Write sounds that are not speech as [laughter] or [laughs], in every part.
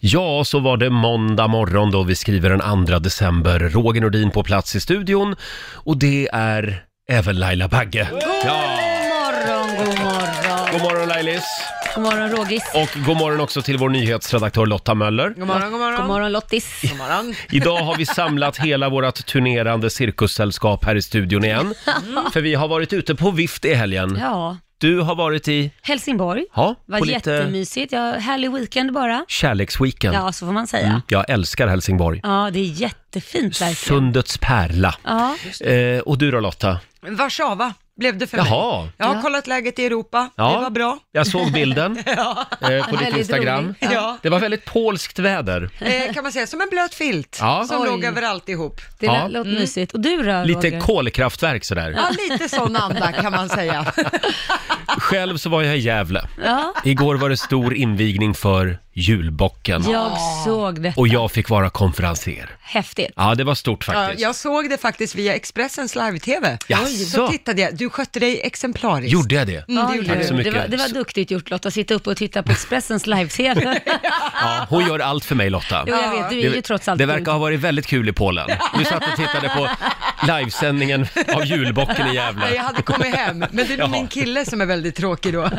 Ja, så var det måndag morgon då vi skriver den 2 december. Roger Nordin på plats i studion och det är även Laila Bagge. Ja. God morgon, god morgon. God morgon Lailis! God morgon Rogis. Och god morgon också till vår nyhetsredaktör Lotta Möller. God morgon, god morgon. God morgon Lottis. God morgon. Idag har vi samlat hela vårt turnerande cirkussällskap här i studion igen. För vi har varit ute på vift i helgen. Mm. Ja, Du har varit i, Helsingborg. ja, Var på lite jättemysigt. Ja, härlig weekend bara. kärleksweekend. Ja, så får man säga. Mm, Jag älskar Helsingborg. Ja, det är jättefint verkligen. Sundets pärla. Ja, Eh, och du då Lotta? Warszawa blev det för mig. Jaha, Jag har Ja. kollat läget i Europa. Ja. Det var bra. jag [laughs] såg bilden eh, på ditt Väldigt Instagram. rolig. Ja. Det var väldigt polskt väder. Eh, kan man säga, som en blöt filt Ja. som Oj. låg över alltihop. det Ja. Mm. lät låter mysigt. Och du då Lite Roger? kolkraftverk sådär. Ja, lite sån anda kan man [laughs] säga. Själv så var jag i Gävle. Ja, Igår var det stor invigning för julbocken. jag såg det. Ah. Och jag fick vara konferenser. Häftigt. Ja, det var stort Ja, faktiskt. jag såg det faktiskt via Expressens live-tv. Jaså? Så tittade jag. Du skötte dig exemplariskt. Gjorde [laughs] jag det? Mm, det Oj, gjorde Tack oj, så oj. mycket. det, var, det var duktigt gjort Lotta, att sitta upp och titta på Expressens [laughs] live-tv. Ja, hon gör allt för mig Lotta. Jo, jag vet, du är ju trots allt det verkar kul. ha varit väldigt kul [laughs] i Polen. Du satt och tittade på livesändningen av julbocken i Nej, jag Gävle. hade kommit hem, men det är nog Jaha. min kille som är väldigt tråkig [laughs] då. För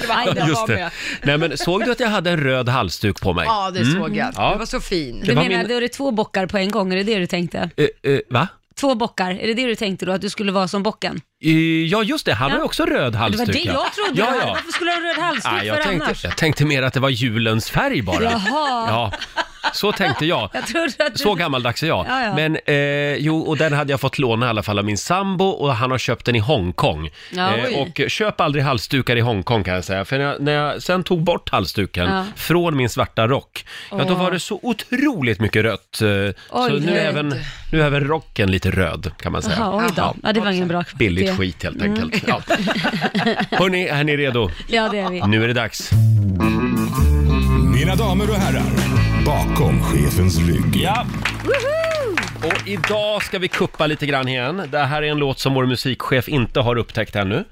det var han jag Just var det. med. Nej, men såg du att jag hade en röd halsduk på mig? Ja, det såg jag. Mm. Ja. Du var så fin. Du var menar, min- då är det två bockar på en gång, är det det du tänkte? Eh, eh, va? Två bockar, är det det du tänkte då, att du skulle vara som bocken? Eh, Ja, just det. Han har Ja. också röd Det var halsduk. det jag trodde. Ja, ja. Varför skulle du ha röd halsduk Nej, för jag, tänkte, annars? jag tänkte mer att det var julens färg bara. Jaha. Ja, så tänkte jag. Jag trodde att du... Så gammaldags är jag. Ja, ja. Men eh, jo, och den hade jag fått låna i alla fall av min sambo och han har köpt den i Hongkong. Ja, oj. eh, och köp aldrig halsdukar i Hongkong kan jag säga. För när jag, när jag sen tog bort halsduken Ja. från min svarta rock, ja, då Åh. var det så otroligt mycket rött. eh, så Oj, nu är, röd. även, nu är även rocken lite röd kan man säga. Jaha, oj Jaha. då. Ja, det Mm. var ingen bra kvalitet. Billigt skit helt [laughs] enkelt. Ja. Hörni, är ni redo? Ja, det är vi. Nu är det dags. Mina damer och herrar, bakom chefens rygg. Ja. Och idag ska vi kuppa lite grann igen. Det här är en låt som vår musikchef inte har upptäckt ännu.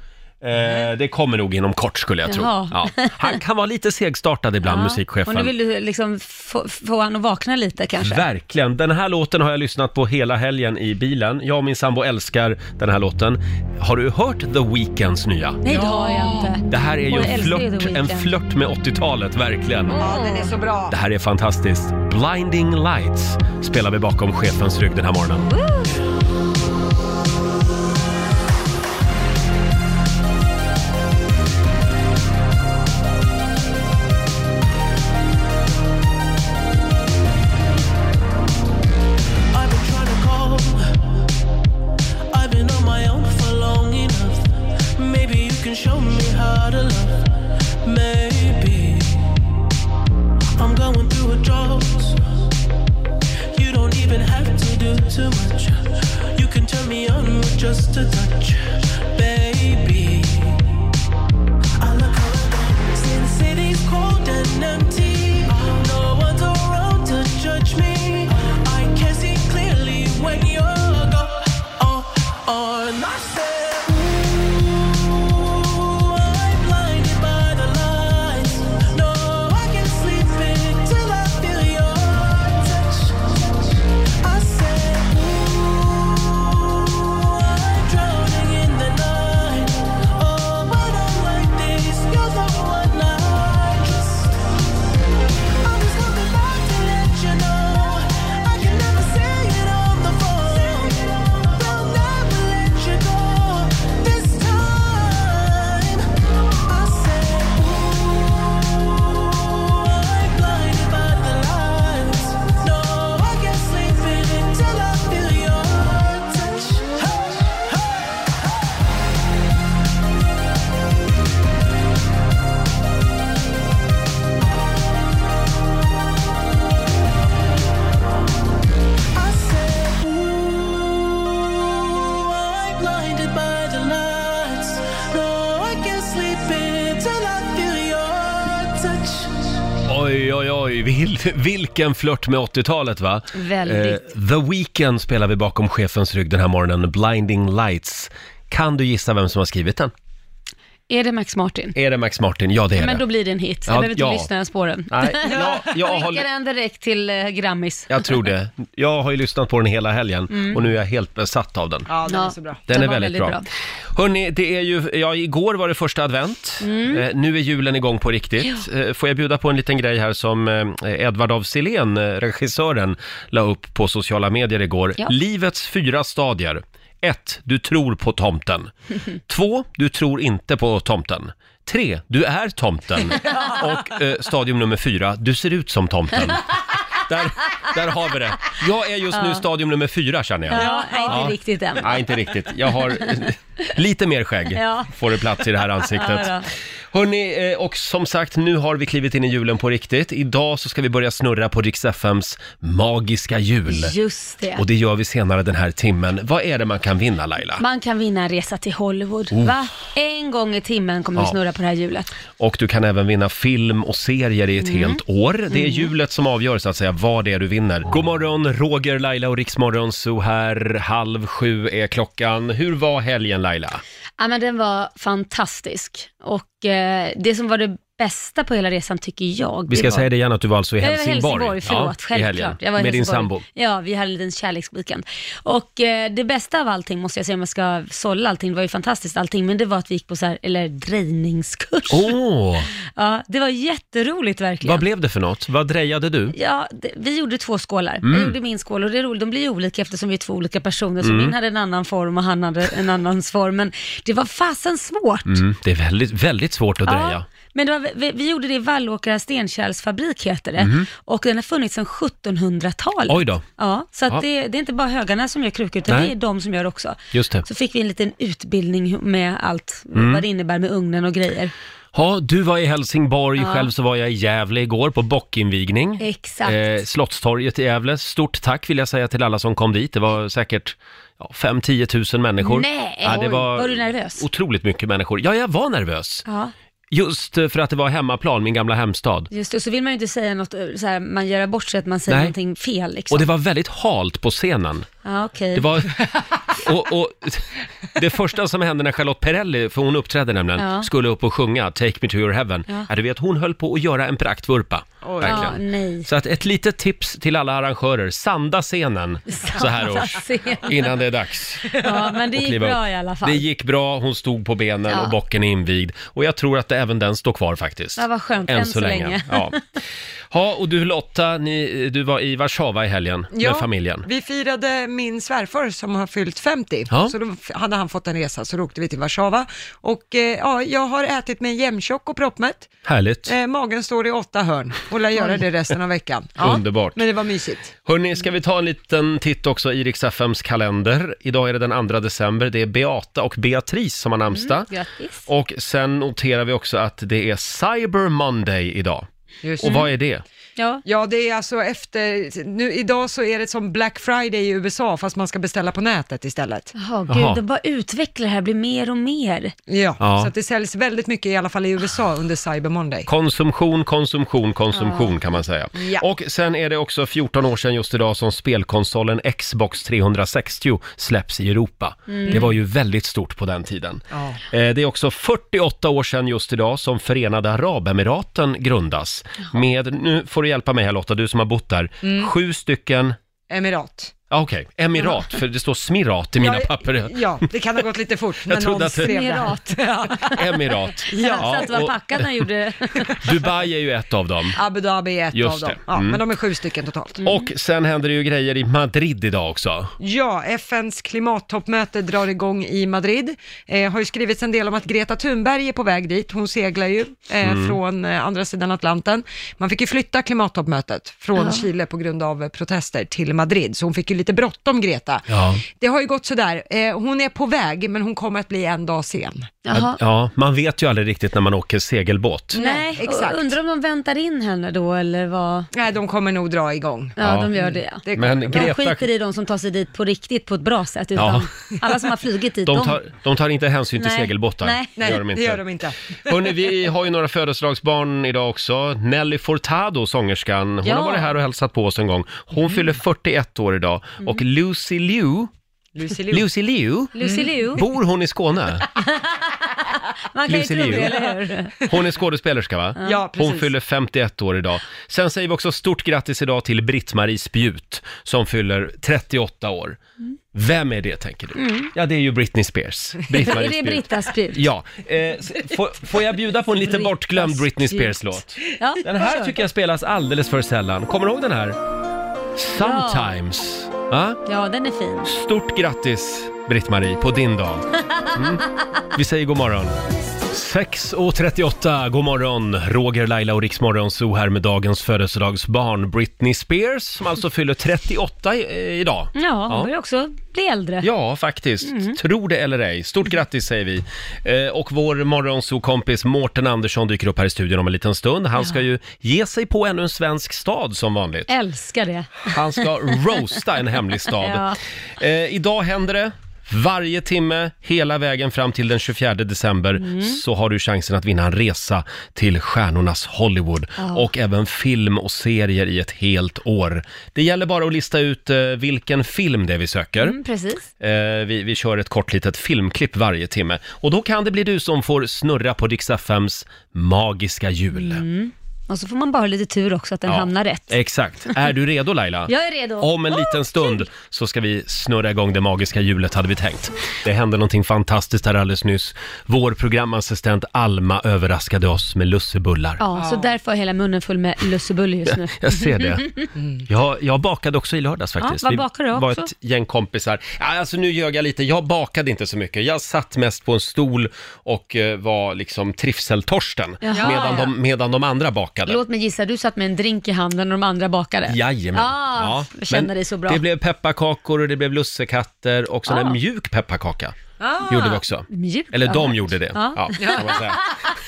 Eh, det kommer nog inom kort skulle jag tro. Mm. Jaha. Ja. Han kan vara lite segstartad ibland, [laughs] Ja. Och musikchefen. nu vill du liksom få, få han att vakna lite kanske. Verkligen. Den här låten har jag lyssnat på hela helgen i bilen. Jag och min sambo älskar den här låten. Har du hört The Weeknds nya? Nej, det har jag inte. Det här är ju Och jag en älskar ju The flört, en Weeknd. flört med 80-talet, verkligen. Ja, den är så bra. Det här är fantastiskt. Blinding Lights spelar vi bakom chefens rygg den här morgonen. I've been trying to call. I've been on my own for long enough. Maybe you can show me how to love. Maybe I'm going through a drought. You don't even have to do too much. You can turn me on with just a touch, baby. I look around. Sin City's cold and empty. No one's around to judge me. I can see clearly when you're gone. Oh, And I said, Ooh, I'm blinded by the lights. No, I can sleep until I feel your touch. I said, Ooh, I'm drowning in the night. Oh, but I'm like this. You're the one I trust. I'm just coming back to let you know I can never say it on the phone. They'll never let you go this time. I said, Ooh, I'm blinded by the lights. No, I can't sleep until I feel your touch. Hey, hey. I said, ooh, I'm blinded by the lights. No, I can't sleep until I feel your touch. Oj, oj, oj. Vil, vilken flört med 80-talet, va? Väldigt. Eh, The Weeknd spelar vi bakom chefens rygg den här morgonen. Blinding Lights. Kan du gissa vem som har skrivit den? Är det Max Martin? Är det Max Martin? Ja, det är Men det. då blir det en hit. Ja, Jag behöver inte ja. lyssna ens på den. [laughs] Nej, jag, jag, har, Skickar den direkt till eh, Grammis. jag tror det. Jag har ju lyssnat på den hela helgen Mm. och nu är jag helt besatt av den. Ja, den Ja. är så bra. Den, är var väldigt, bra. Hörni, det är ju, ja, igår var det första advent. Mm. Eh, nu är julen igång på riktigt. Eh, får jag bjuda på en liten grej här som eh, Edvard af Sillén, eh, regissören, la upp på sociala medier igår. Ja. Livets fyra stadier. 1. Du tror på tomten. 2. Du tror inte på tomten. 3. Du är tomten. Och eh, stadium nummer 4. Du ser ut som tomten. Där, där har vi det. Jag är just nu Ja. stadium nummer 4 känner jag. Ja, nej, inte riktigt än. Nej, inte riktigt. Jag har [laughs] lite mer skägg Ja. får det plats i det här ansiktet. Ja, då. Hörni, och som sagt, nu har vi klivit in i julen på riktigt. Idag så ska vi börja snurra på Rix FMs magiska jul. Just det. Och det gör vi senare den här timmen. Vad är det man kan vinna Laila? Man kan vinna en resa till Hollywood. Oh. Va? En gång i timmen kommer vi Ja. snurra på det här hjulet. Och du kan även vinna film och serier i ett Mm. helt år. Det Mm. är julet som avgör så att säga vad det är du vinner. God morgon, Roger, Laila och Riksmorgon så här. Halv sju är klockan. Hur var helgen Laila? Ja, men den var fantastisk. Och eh, det som var det bästa på hela resan tycker jag. Vi ska var... säga det igen att du var alltså i Jag var Helsingborg. Helsingborg, förlåt. Ja, i självklart. helgen. Jag var i Med din Helsingborg. sambo. Ja, vi hade en liten kärleksweekend. Och eh, det bästa av allting, måste jag säga, om jag ska sålla allting, det var ju fantastiskt allting, men det var att vi gick på så här, eller drejningskurs. Åh, Ja, det var jätteroligt verkligen. Oh. vad blev det för något? Vad drejade du? Ja, det, vi gjorde två skålar. Mm. Jag gjorde min skål och det är roligt, de blir ju olika eftersom vi är två olika personer. Så Mm. min hade en annan form och han hade en annans form. Men det var fasen svårt. Mm, det är väldigt, väldigt svårt att Ja. dreja. Men det var, vi, vi gjorde det i Vallåkra stenkärlsfabrik heter det. Mhm. Och den har funnits sedan 1700-talet. Oj då. Ja, så att Ja. Det, det är inte bara högarna som gör krukor, utan Nej. det är de som gör också. Just det. Så fick vi en liten utbildning med allt, Mm. vad det innebär med ugnen och grejer. Ja, du var i Helsingborg, Ja. själv så var jag i Gävle igår på bockinvigning. Exakt. Eh, Slottstorget i Gävle. Stort tack vill jag säga till alla som kom dit. Det var säkert ja, 5-10 000 människor. Nej, ja, det oj. var, Var du nervös? Otroligt mycket människor. Ja, jag var nervös. Ja. Just eh, för att det var hemmaplan, min gamla hemstad. Just det, och så vill man ju inte säga något, eh, så här, man gör bort sig, att man säger Nej. någonting fel liksom. Och det var väldigt halt på scenen. Ja, okej. Det var... Och, och, det första som hände när Charlotte Perrelli, för hon uppträdde nämligen, Ja. skulle upp och sjunga Take Me To Your Heaven. Ja. Ja. du vet, hon höll på att göra en praktvurpa. Ja, Verkligen. [laughs] nej. Så att ett litet tips till alla arrangörer, sanda scenen så här års. Innan det är dags. Ja, men det att gick kliva bra upp. i alla fall. Det gick bra, hon stod på benen Ja. och bocken är invigd. Och jag tror att det, även den står kvar faktiskt. Ja, vad skönt, än så länge. Ja. Ha, och du Lotta, ni, du var i Warszawa i helgen med familjen. Vi firade min svärfar som har fyllt 50, Ja. så då f- hade han fått en resa, så då åkte vi till Warszawa. Och eh, ja, jag har ätit mig jämntjock och proppmätt. Härligt. Eh, magen står i åtta hörn och lär göra Oj. det resten av veckan. Underbart. Men det var mysigt. Hörni, ska vi ta en liten titt också i Rix FMs kalender? Idag är det den 2 december. Det är Beata och Beatrice som har namnsdag. Grattis. Och sen noterar vi också att det är Cyber Monday idag. Just Och det. vad är det? Ja. ja, det är alltså efter, nu, idag så är det som Black Friday i USA fast man ska beställa på nätet istället. Jaha, Jaha. gud, de bara utvecklar det här, blir mer och mer. Ja, Ja. så att det säljs väldigt mycket i alla fall i USA under Cyber Monday. Konsumtion, konsumtion, konsumtion Ja. kan man säga. Ja. Och sen är det också 14 år sedan just idag som spelkonsolen Xbox 360 släpps i Europa. Mm. Det var ju väldigt stort på den tiden. Ja. Eh, Det är också 48 år sedan just idag som Förenade Arabemiraten grundas. Med, nu får du hjälpa mig här Lotta, du som har bott där. Mm. Sju stycken, Emirat. ah, okej, emirat, för det står smirat i mina Ja, papper. Ja, det kan ha gått lite fort Jag när trodde någon att det- skrev det här. [laughs] Ja. Emirat. Ja. Så att det var och packat när jag [laughs] gjorde... Dubai är ju ett av dem. Abu Dhabi är ett Just av dem. det. Ja, Mm. Men de är sju stycken totalt. Och sen händer det ju grejer i Madrid idag också. Ja, FNs klimattoppmöte drar igång i Madrid. Eh, har ju skrivits en del om att Greta Thunberg är på väg dit. Hon seglar ju eh, Mm. från eh, andra sidan Atlanten. Man fick ju flytta klimattoppmötet från Ja. Chile på grund av eh, protester till Madrid, så hon fick ju lite bråttom Greta. Ja. Det har ju gått sådär. Eh, hon är på väg, men hon kommer att bli en dag sen. Ja, man vet ju aldrig riktigt när man åker segelbåt. Nej, exakt. exakt. undrar om de väntar in henne då eller vad? Nej, de kommer nog dra igång. Ja, Ja. de gör Mm. det. Mm. Det Men kommer de. De Greta- skiter i de som tar sig dit på riktigt på ett bra sätt, utan alla som har flugit dit, De tar, de tar inte hänsyn till Nej. segelbåtar. Nej. Det gör de inte. inte. Hörrni, vi har ju några födelsedagsbarn idag också. Nelly Furtado, sångerskan, hon Ja. har varit här och hälsat på oss en gång. Hon fyller 41 år idag och Lucy Liu, Lucy Lucy Liu, Mm. Lucy Liu. bor hon i Skåne? Man kan ju tro Lyser det, liv. eller hur? Hon är skådespelerska va? Ja, Hon precis. fyller 51 år idag. Sen säger vi också stort grattis idag till Britt-Marie Spjut som fyller 38 år. Vem är det tänker du? Ja, det är ju Britney Spears. Britt-Marie Är det Spjut. Brittas spjut? Ja, eh, s- får, får jag bjuda på en lite Britta bortglömd Britney Spjut. Spears-låt? Ja, Den här tycker jag spelas alldeles för sällan. Kommer du ihåg den här? Sometimes. Ja. Ja, den är fin. Stort grattis Britt-Marie på din dag. Mm. Vi säger god morgon. 6.38, god morgon. Roger, Laila och Riksmorgon Zoo här med dagens födelsedagsbarn Britney Spears som alltså fyller 38 i, eh, idag. Ja, hon börjar också bli äldre. Ja, faktiskt. Mm. Tro det eller ej. Stort grattis säger vi. Eh, och vår morgonsokompis Mårten Andersson dyker upp här i studion om en liten stund. Han ska ju ge sig på ännu en svensk stad som vanligt. Eh. Älskar det. Han ska roasta [laughs] en hemlig stad. Ja. Eh, idag händer det. Varje timme, hela vägen fram till den 24 december, Mm. så har du chansen att vinna en resa till stjärnornas Hollywood och även film och serier i ett helt år. Det gäller bara att lista ut eh, vilken film det är vi söker. Mm, precis. Eh, vi, vi kör ett kort litet filmklipp varje timme. Och då kan det bli du som får snurra på Dix FMs magiska hjul. Och så får man bara ha lite tur också att den Ja, Mm, hamnar rätt. Exakt. Är du redo Laila? [laughs] Jag är redo. Om en liten stund så ska vi snurra igång det magiska hjulet hade vi tänkt. Det hände någonting fantastiskt här alldeles nyss. Vår programassistent Alma överraskade oss med lussebullar. Ja, så därför har hela munnen full med lussebulle just [laughs] nu. Jag ser det. Jag, jag bakade också i lördags faktiskt. Mm. Ja, vad Vi bakade du var också? ett gäng kompisar. Ja, Alltså nu ljög jag lite. Jag bakade inte så mycket. Jag satt mest på en stol och eh, var liksom trivseltorsten Jaha. medan de, medan de andra bakade. Låt mig gissa, du satt med en drink i handen och de andra bakade? Jajamän. Ah, jag känner men dig så bra. Det blev pepparkakor och det blev lussekatter och sån där Ah. mjuk pepparkaka. Gjorde vi också. Mjuk, Eller ja. de gjorde det. Ja. Ja, kan man säga.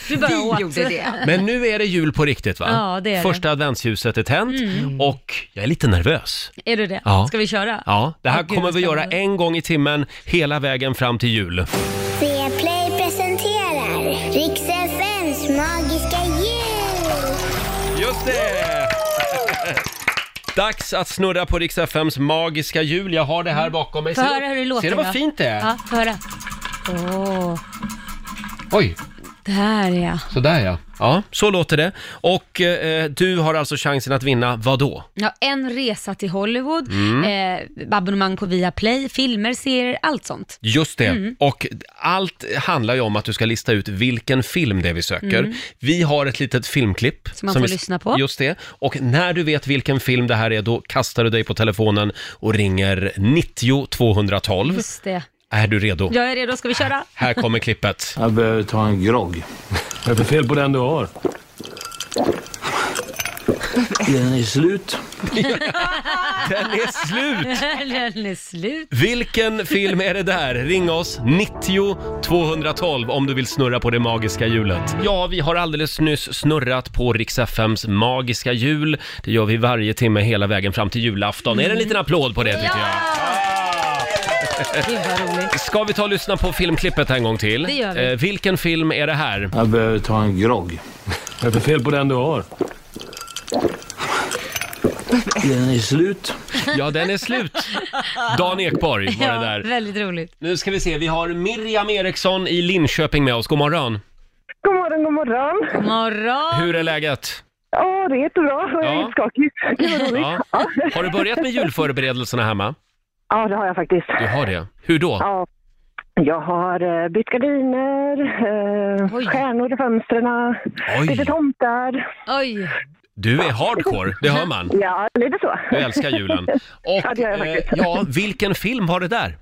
Du bara åt. Vi gjorde det. Men nu är det jul på riktigt va? Ja, det Mm. är det. Första adventsljuset är tänt och jag är lite nervös. Är du det? Ja. Ska vi köra? Ja, det här Åh, gud, kommer vad vi göra spännande. en gång i timmen hela vägen fram till jul. Viaplay presenterar Rix FMs magiska jul. Just det! [laughs] Dags att snurra på Rix FMs magiska jul. Jag har det här bakom mig. Mm. Få Ser du- höra hur det låter Ser du då? vad fint det är? Ja, få höra. Åh, Oj, där ja. sådär ja. Ja, så låter det. Och eh, du har alltså chansen att vinna vad då? ja. En resa till Hollywood, Mm. eh, abonnemang på Viaplay, filmer, serier, allt sånt. Just det. Mm. Och allt handlar ju om att du ska lista ut vilken film det är vi söker. Vi har ett litet filmklipp. Mm. Som man får vi- lyssna på. Just det. Och när du vet vilken film det här är, då kastar du dig på telefonen och ringer 90 212. Just det. Är du redo? Jag är redo, ska vi [laughs] köra? Här kommer klippet. [laughs] Jag behöver ta en grogg. Vad är det för fel på den du har? Den är slut. [laughs] Den är slut! Den är slut. Vilken film är det där? Ring oss, 90 212 om du vill snurra på det magiska hjulet. Ja, vi har alldeles nyss snurrat på Rix FMs magiska hjul. Det gör vi varje timme hela vägen fram till julafton. Är det en liten applåd på det tycker Gud vad roligt. jag? Ska vi ta och lyssna på filmklippet en gång till? Det gör vi. Eh, vilken film är det här? Jag behöver ta en grogg. Vad är det för fel på den du har? Den är slut. Ja, den är slut. Dan Ekborg var det där. väldigt roligt. Nu ska vi se, vi har Miriam Eriksson i Linköping med oss. God morgon. God morgon, god morgon. Morgon! Hur är läget? Ja, det är jättebra. Jag är Ja. lite skakig. Gud vad roligt. Ja. Har du börjat med julförberedelserna hemma? Ja, det har jag faktiskt. Du har det. Hur då? Ja. Jag har eh, bytt gardiner, eh, Oj. stjärnor i fönstren, lite Oj, tomtar. Oj, du är hardcore, det hör man. Ja, lite så. Du älskar julen. Och Ja, det gör jag eh, faktiskt. ja, vilken film var det där?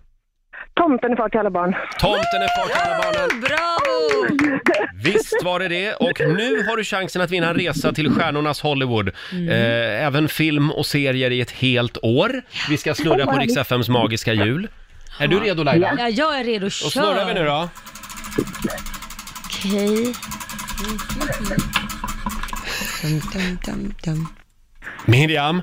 Tomten är far till alla barn. Tomten är far till alla barnen. bravo! Visst var det det. Och nu har du chansen att vinna en resa till stjärnornas Hollywood. Mm. Eh, även film och serier i ett helt år. Vi ska snurra på Rix FMs magiska jul. Är du redo Laila? Ja, jag är redo, Då kör! snurrar vi nu då. Okej. Miriam,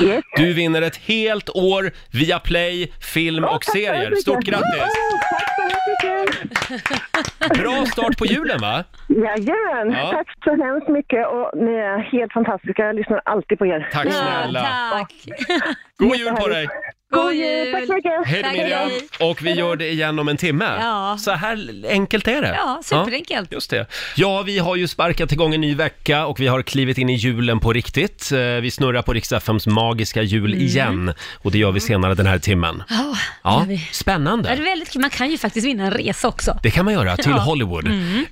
Yes. du vinner ett helt år via play, film och serier. Stort grattis! Tack så mycket. Bra start på julen va? Jajamän. Ja. Tack så hemskt mycket och ni är helt fantastiska. Jag lyssnar alltid på er. Mm. Tack snälla. Tack! God jul på dig! God jul! Tack så mycket. Hej då Tack, Miriam! hej. Och vi gör det igen om en timme. Ja. Så här enkelt är det. Ja, superenkelt. Ja, just det. Ja, vi har ju sparkat igång en ny vecka och vi har klivit in i julen på riktigt. Eh, Vi snurrar på Rix FMs magiska jul igen och det gör vi senare den här timmen. Mm. Ja, det Ja, gör vi. spännande. Ja, det är väldigt kul. Man kan ju faktiskt vinna en resa också. Det kan man göra, till Ja. Mm. Hollywood.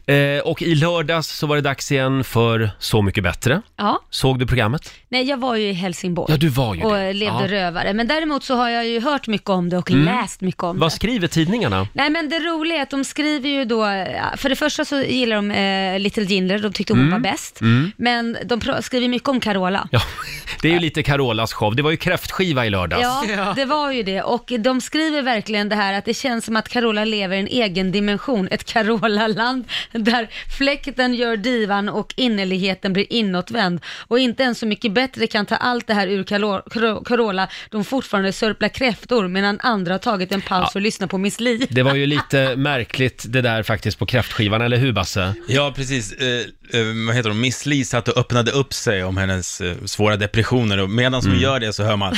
Eh, och i lördags så var det dags igen för Så mycket bättre. Ja. Såg du programmet? Nej, jag var ju i Helsingborg. Ja, du var ju och det. levde Ja. Mm. rövare. Men däremot så har jag ju hört mycket om det och läst mycket om Vad det. skriver tidningarna? Nej men det roliga är att de skriver ju då, för det första så gillar de eh, Little Jinder, de tyckte hon Mm. var bäst. Men de pr- skriver mycket om Carola. Ja, [laughs] det är ju lite Carolas show. Det var ju kräftskiva i lördags. Ja, det var ju det. Och de skriver verkligen det här att det känns som att Carola lever i en egen dimension, ett Carola-land där fläkten gör divan och innerligheten blir inåtvänd. Och inte ens så mycket bättre kan ta allt det här ur Calo- Cro- Carola, de fortfarande sörplar kräftor medan andra har tagit en paus för att lyssna på Miss Li. [laughs] Det var ju lite märkligt det där faktiskt på kräftskivan, eller hur Basse? Ja, precis. Eh, eh, vad heter hon? Miss Li satt och öppnade upp sig om hennes eh, svåra depressioner och medan hon Mm. gör det så hör man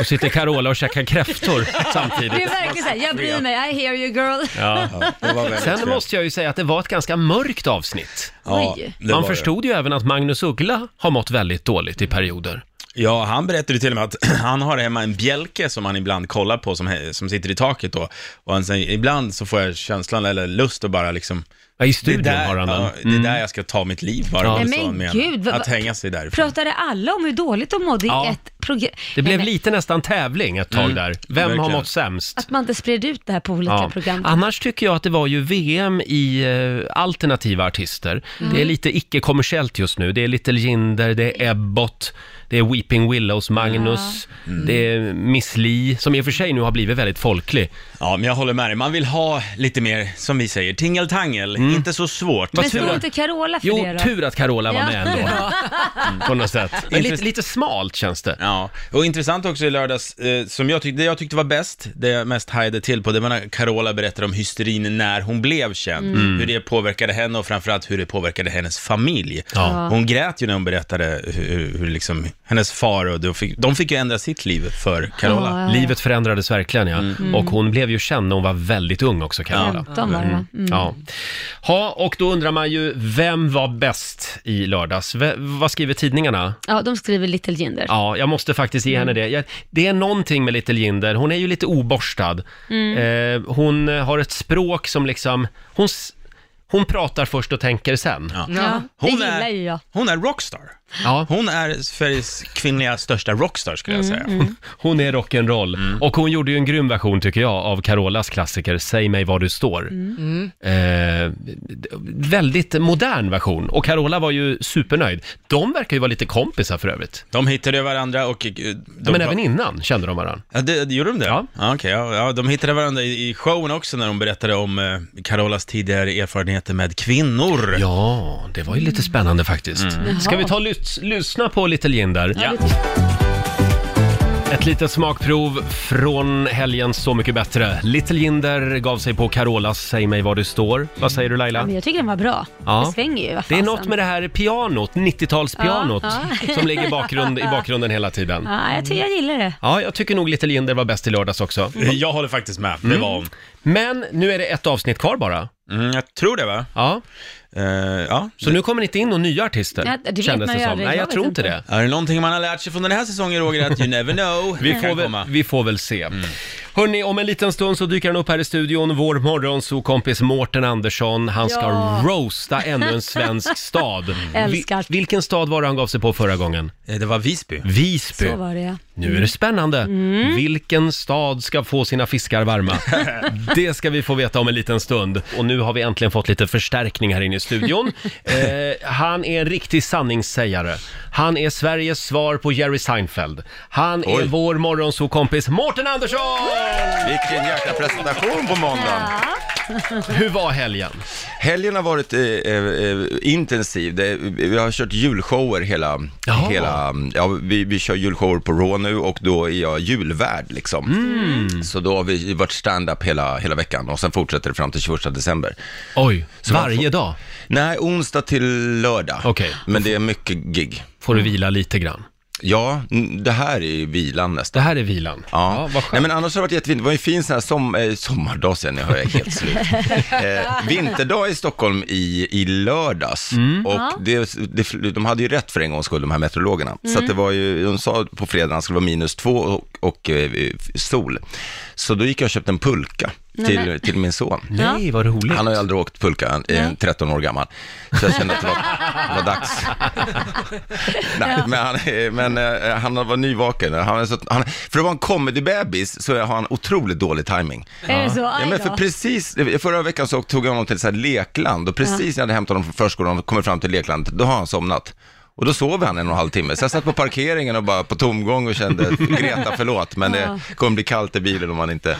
Och sitter Carola och käkar kräftor Det är samtidigt. verkligen såhär, jag bryr mig, I hear you girl. Ja. det var väldigt Sen trött. måste jag ju säga att det var ett ganska mörkt avsnitt. Oj. det Man var det. förstod ju även att Magnus Uggla har mått väldigt dåligt i perioder. Ja, han berättade ju till och med att [clears throat] han har hemma en bjälke som han ibland kollar på som, he- som sitter i taket då. Och han säger, ibland så får jag känslan eller lust att bara liksom Ja, i studion det är där, har han den. Mm. ja, det är där jag ska ta mitt liv bara. Ja. var det Nej, så han men menade. gud, vad- Att hänga sig därifrån. Pratade alla om hur dåligt de mådde Ja. i ett program? Det Nej, blev men lite nästan tävling ett tag Mm, där. Vem har verkligen. mått sämst? Att man inte spred ut det här på olika Ja. Ah, program. Annars tycker jag att det var ju VM i eh, alternativa artister. Mm. Det är lite icke-kommersiellt just nu. Det är Little Jinder, det är Ebbot, det är Weeping Willows, Magnus, Mm. det är Miss Li, som i och för sig nu har blivit väldigt folklig. Ja, men jag håller med dig. Man vill ha lite mer, som vi säger, tingeltangel. Mm. Inte så svårt. Men stod inte Carola för Jo, det då? tur att Carola [laughs] var Ja. med ändå. Mm, På något sätt. Men lite, lite smalt känns det. Ja, och intressant också i lördags, eh, som jag tyckte, det jag tyckte var bäst, det jag mest hajade till på, det var när Carola berättade om hysterin när hon blev känd. Mm. Hur det påverkade henne och framförallt hur det påverkade hennes familj. Ja. Hon grät ju när hon berättade hur, hur liksom, hennes far och de fick, de fick ju ändra sitt liv för Carola. Ja, Mm. ja. Livet förändrades verkligen ja. Och hon blev ju känd när hon var väldigt ung också Carola. 15 var det va? Mm. Ja. Ha, och då undrar man ju, vem var bäst i lördags? V- vad skriver tidningarna? Ja, de skriver Little Jinder. Ja, jag måste faktiskt ge henne det. Jag, det är någonting med Little Jinder, hon är ju lite oborstad. Eh, hon har ett språk som liksom, hon, s- hon pratar först och tänker sen. Ja. Ja, det Hon gillar är, ju jag. hon är rockstar. Hon är Sveriges kvinnliga största rockstar skulle jag Mm, säga. Hon är rock'n'roll. Och hon gjorde ju en grym version, tycker jag, av Carolas klassiker Säg mig var du står. Eh, d- väldigt modern version. Och Carola var ju supernöjd. De verkar ju vara lite kompisar för övrigt. De hittade varandra och... eh, De Men pra- även innan kände de varandra. Ja, det, det- gjorde de det? Ja. ja okej. ja, ja, de hittade varandra i, i showen också när de berättade om eh, Carolas tidigare erfarenheter med kvinnor. Ja, det var ju lite spännande faktiskt. Mm. Mm. Ska vi ta och lys- lyssna på Little Jinder? Ja. Ett litet smakprov från helgen Så mycket bättre. Little Jinder gav sig på Carolas Säg mig var du står. Vad säger du Laila? Ja, Men jag tycker den var bra. Ja. Det svänger ju. vad Det är fasen. något med det här pianot, 90-talspianot, Ja, som ligger i bakgrund, i bakgrunden hela tiden. Ja, jag tycker jag gillar det. Ja, jag tycker nog Little Jinder var bäst i lördags också. Eh, Jag håller faktiskt med. Mm. Det var hon. Men nu är det ett avsnitt kvar bara. Mm, jag tror det va? Ja, Eh, ja. så nu kommer det inte in några nya artister, Ja, det vet kändes man det ju som. aldrig. Nej, Jag jag vet tror inte inte. det. Är det någonting man har lärt sig från den här säsongen Roger, att you never know. Vi Det får, kan väl, komma. Mm. vi får väl se. Hörni, om en liten stund så dyker han upp här i studion, vår morgonsokompis Mårten Andersson. Han ska Ja. roasta ännu en svensk stad. [laughs] Älskar. vilken stad var det han gav sig på förra gången? Eh, Det var Visby. Visby. Så var det ja. Nu är det spännande. Vilken stad ska få sina fiskar varma? det ska vi få veta om en liten stund. Och nu har vi äntligen fått lite förstärkning här inne i studion. eh, han är en riktig sanningssägare. Han är Sveriges svar på Jerry Seinfeld. Han är Oj. vår morgonsokompis Mårten Andersson! Vilken jäkla presentation på måndagen. Hur var helgen? Helgen har varit eh, eh, eh, intensiv. Det, vi har kört julshower hela... Jaha. hela ja, vi, vi kör julshower på Raw nu och då är jag julvärd liksom. Mm. Så då har vi varit stand-up hela, hela veckan och sen fortsätter det fram till 21 december. Oj, varje man får- dag Nej, onsdag till lördag. Okej. Men det är mycket gig. får du vila lite grann. Ja, n- det här är vilan nästan. Det här är vilan. Ja, Nej, men annars har det varit jättefint. Det var ju en fin sån här som, eh, sommardag sen, nu har jag helt slut. [laughs] eh, vinterdag i Stockholm i, i lördags. Mm. Ja. Och det, det, de hade ju rätt för en gångs skull, de här meteorologerna. Så Mm. att det var ju, de sa på fredagen att det skulle vara minus två och, och eh, sol. Så då gick jag och köpte en pulka. Nej, men- Till, till min son. Nej, vad roligt. Han har [laughs] ju aldrig åkt pulka, han är 13 år gammal. Så jag kände att det var, det var dags. Nej, men, han, men eh, han var nyvaken. Han, är så, han, för att vara en comedybebis så har han otroligt dålig timing. Är det så? Ja, Aj men då. för precis, förra veckan så tog jag honom till så här lekland och precis Ja. när jag hade hämtat honom från förskolan och kommit fram till leklandet, då har han somnat. Och då sov han en och en halv timme. Så jag satt på parkeringen och bara på tomgång och kände, Greta förlåt, men det Ja. kommer bli kallt i bilen om man inte...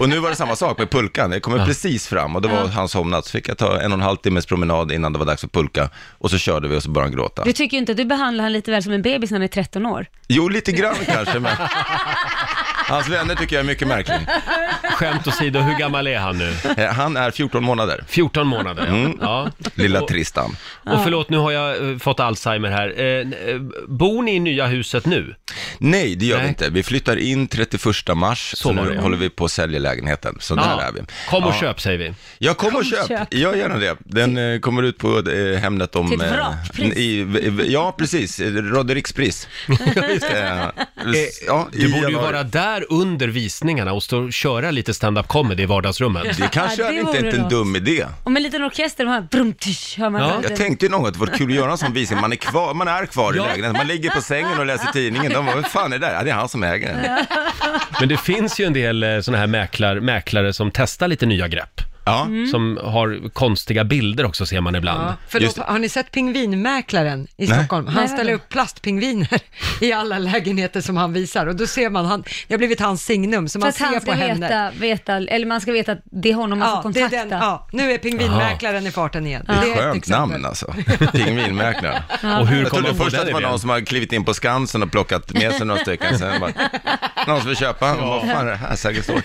Och nu var det samma sak med pulkan. Jag kommer precis fram och då var Ja. han somnat. Så fick jag ta en och en halv timmes promenad innan det var dags för pulka. Och så körde vi och så började han gråta. Du tycker ju inte att du behandlar han lite väl som en bebis när han är 13 år. Jo, lite grann kanske, men... Hans vänner tycker jag är mycket märklig. Eh, Skämt åsido, hur gammal är han nu? Han är 14 månader. 14 månader, ja. Mm. ja. Lilla Tristan. Och förlåt, nu har jag eh, fått Alzheimer här. Eh, n- eh, bor ni i nya huset nu? Nej, det gör vi inte. Vi flyttar in 31 mars, så, var nu det. håller vi på att sälja lägenheten. Så Ja. där är vi. Kom och Ja. köp, säger vi. Ja, kom, Kom och och köp. köp. Jag gör gärna det. Den eh, kommer ut på eh, Hemnet om... Till ett eh, vrakpris. i, v- Ja, precis. Eh, Radio [laughs] Rikspris. Eh, s- ja, i du borde ju januari. vara där under visningarna och stå och köra lite stand-up comedy i vardagsrummen. Det kanske Ja, det är inte, vore inte en något. dum idé. Om en liten orkester, man hör, brum, tysch, hör man Jag tänkte ju något, att det vore kul att göra en sån visning. Man är kvar, man är kvar i lägenheten, man ligger på sängen och läser tidningen. De bara, vad fan är det där? Ja, det är han som äger den. Men det finns ju en del eh, såna här mäklar, mäklare som testar lite nya grepp. Mm. Som har konstiga bilder också ser man ibland. Ja, förlåt, har ni sett pingvinmäklaren i Nej. Stockholm? Han Nej, ställer upp plastpingviner [laughs] i alla lägenheter som han visar och då ser man, han, det har blivit hans signum som För man att han ser på ska henne. veta, veta, eller man ska veta att det är honom man ska Ja, det är kontakta. den, ja, nu är pingvinmäklaren i farten igen. Det är ett ett skönt exempel. namn alltså. Pingvinmäklaren. Ja. Och hur jag kom trodde man på först den att det var idén? någon som hade klivit in på Skansen och plockat med sig några stycken. Sen bara, någon som vill köpa? Vad fan är det här? Sergels torg.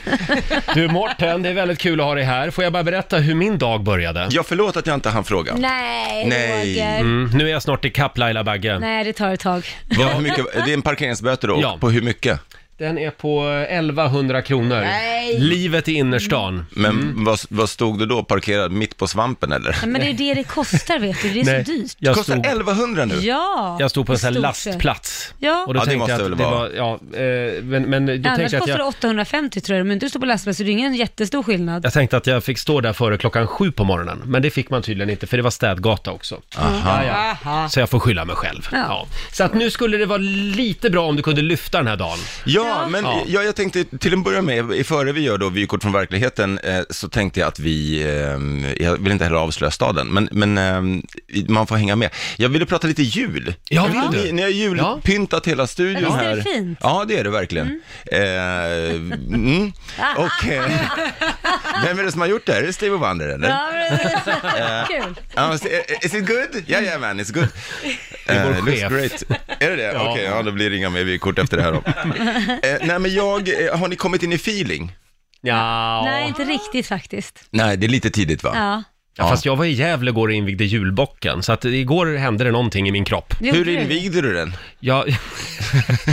Du Morten, det är väldigt kul att ha dig här. Får jag bara berätta hur min dag började? Ja, förlåt att jag inte hann fråga. Nej, Roger. Mm, nu är jag snart i kapp Laila Bagge. Nej, det tar ett tag. Vad- hur mycket, det är en parkeringsböter då, på hur mycket? Den är på eh, 1100 kronor. Nej. Livet i innerstan. Men vad, vad stod du då parkerad? Mitt på svampen eller? Men det är ju det det kostar vet du, det är Nej, så dyrt. jag stod- Kostar 1100 nu? Ja. Jag stod på en sån här i stort sett. lastplats. Ja. Och då Ja, det tänkte jag måste att väl det vara. var, ja, eh, men, men då Annars tänkte jag att kostar det jag, 850 tror jag, men om du står på lastplats så det är ingen jättestor skillnad. jag tänkte att jag fick stå där före klockan sju på morgonen. Men det fick man tydligen inte, för det var städgata också. Aha. Ja, ja. Så jag får skylla mig själv. Ja. Ja. Så att nu skulle det vara lite bra om du kunde lyfta den här dagen. Ja, men Ja, jag tänkte till en början med, i före vi gör då vykort från verkligheten, eh, så tänkte jag att vi, ehm, jag vill inte heller avslöja staden, men, men ehm, man får hänga med. Jag ville prata lite jul. Ja, vill Jag vet du? ni, ni har julpyntat hela studion Ja, visst är här. det fint? Ja, det är det verkligen. Eh, [laughs] mm. Och eh, vem är det som har gjort det? här? Är det Steve Wonder eller? Ja, men [laughs] det Eh, är kul. ja, men, eh, Is it good? Yeah, yeah man, it's good. Det är vår Eh, looks chef. great. Är det det? Ja. Okej, ja, då blir det inga mer vykort efter det här då. Eh, nej men jag, eh, har ni kommit in i feeling? Ja. Nej, inte riktigt faktiskt. Nej, det är lite tidigt va? Ja. Ja, fast jag var i Gävle igår och invigde julbocken, så att igår hände det någonting i min kropp. Gjorde Hur du? invigde du den? Jag... [laughs]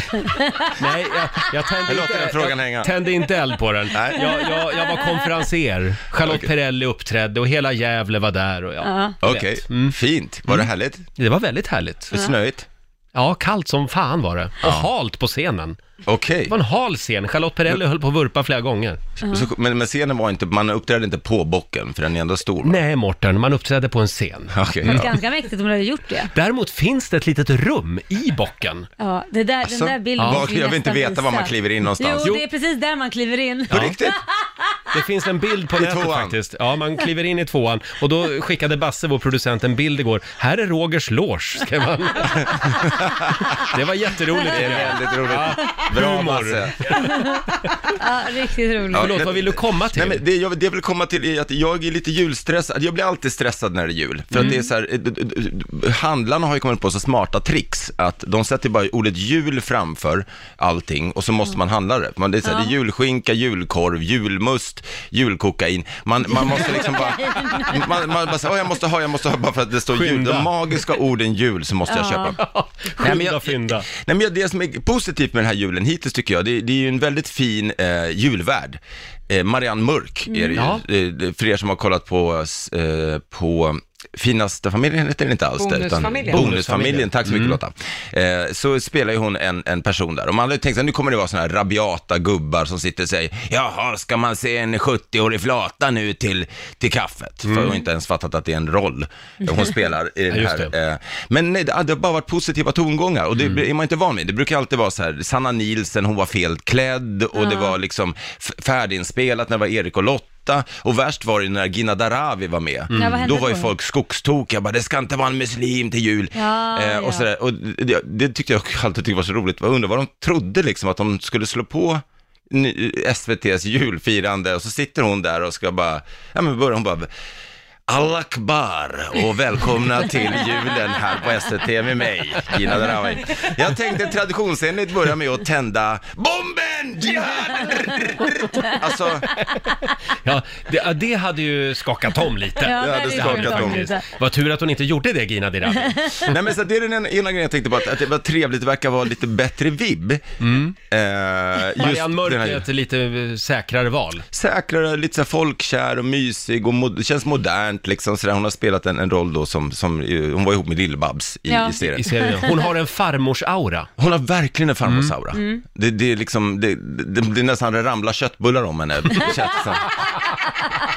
Nej, jag, jag tände Jag låter inte- den frågan jag hänga. [laughs] tände inte eld på den. Nej. Jag, jag, jag var konferenser. Charlotte Okej. Perrelli uppträdde och hela Gävle var där och ja. Ja. du vet. Okej, fint. Var det härligt? Det var väldigt härligt. Ja. Snöigt? Ja, kallt som fan var det. Och halt på scenen. Okej. Det var en hal scen. Charlotte Perrelli höll på att vurpa flera gånger. Så, men, men scenen var inte, man uppträdde inte på bocken, för den är ändå stor. Nej, Morten, man uppträdde på en scen. Okej, Det är ja. Ganska mäktigt om du hade gjort det. Däremot finns det ett litet rum i bocken. Ja, det där, Alltså, den där bilden ja. måste vi Jag vill inte nästan veta var visa. man kliver in någonstans. Jo, Jo. det är precis där man kliver in. På riktigt? Det finns en bild på nätet faktiskt. Ja, man kliver in i tvåan och då skickade Basse, vår producent, en bild igår. Här är Rogers loge, skrev han. Det var jätteroligt. Det är väldigt roligt. Bra, Basse. ja, riktigt roligt. vill du komma till? Nej, men det, jag, det jag vill komma till är att jag är lite julstressad. Jag blir alltid stressad när det är jul. För Mm. att det är så här, eh, d- d- d- handlarna har ju kommit på så smarta tricks att de sätter bara ordet jul Mm. framför allting och så måste man handla det. Man, det, är så här, Ja. det är julskinka, julkorv, julmust, rött, julkokain. Man, man [laughs] måste liksom bara... Man, man bara säger, "Åh, jag måste ha, jag måste ha, bara för att det står jul. Skynda. De magiska orden jul så måste jag Ja. köpa. Skynda, fynda. Nej, men jag, det som är positivt med den här julen hittills tycker jag, det, det är ju en väldigt fin eh, julvärld. Eh, Marianne Mörk är det ju, Ja. eh, för er som har kollat på, eh, på Finaste familjen heter den inte alls. där, utan- Bonusfamiljen. Bonusfamiljen, tack så mycket Mm. Lotta. Eh, så spelar ju hon en, en person där. Och man hade tänkt sig nu kommer det vara sådana här rabiata gubbar som sitter och säger, jaha, ska man se en 70-årig flata nu till, till kaffet? För Mm. hon har inte ens fattat att det är en roll hon spelar [laughs] i Ja, den just Mm. här. eh, Men nej, det det har bara varit positiva tongångar och det är man inte van vid. Det brukar alltid vara så här, Sanna Nielsen, hon var felklädd och det Ja. var liksom f- färdiginspelat när det var Erik och Lotta. Och värst var det när Gina Darawi var med. Mm. Ja, vad hände då var ju då? folk skogstokiga, bara det ska inte vara en muslim till jul. Ja, eh, och ja. sådär. Och det, det tyckte jag alltid tyckte var så roligt. Jag undrar vad de trodde liksom, att de skulle slå på ny- SVTs julfirande och så sitter hon där och ska bara, ja men börjar hon bara, Allah akbar och [laughs] välkomna till julen här på SVT med mig, Gina Darawi. Jag tänkte traditionsenligt börja med att tända bomben! [laughs] Alltså... Ja, det, ja, det hade ju skakat om lite. Ja, det hade Det hade skakat om. Faktiskt. Vad tur att hon inte gjorde det, [laughs] Gina Dirawi. Nej men så det är den ena grejen jag tänkte på, att, att det var trevligt, det verkar vara lite bättre vibb. Mm. Eh, Marianne Mörk den här- är ett lite eh, säkrare val. säkrare, lite så här folkkär och mysig och mod- känns modernt liksom sådär. Hon har spelat en, en roll då som, som eh, hon var ihop med Lill-Babs i, Ja. i, serien. I serien. Hon har [laughs] en farmors-aura. Hon har verkligen en farmorsaura. Mm. Mm. Det, det är liksom, det, det, det är nästan det ramlar köttbullar om [laughs] henne, det känns det som.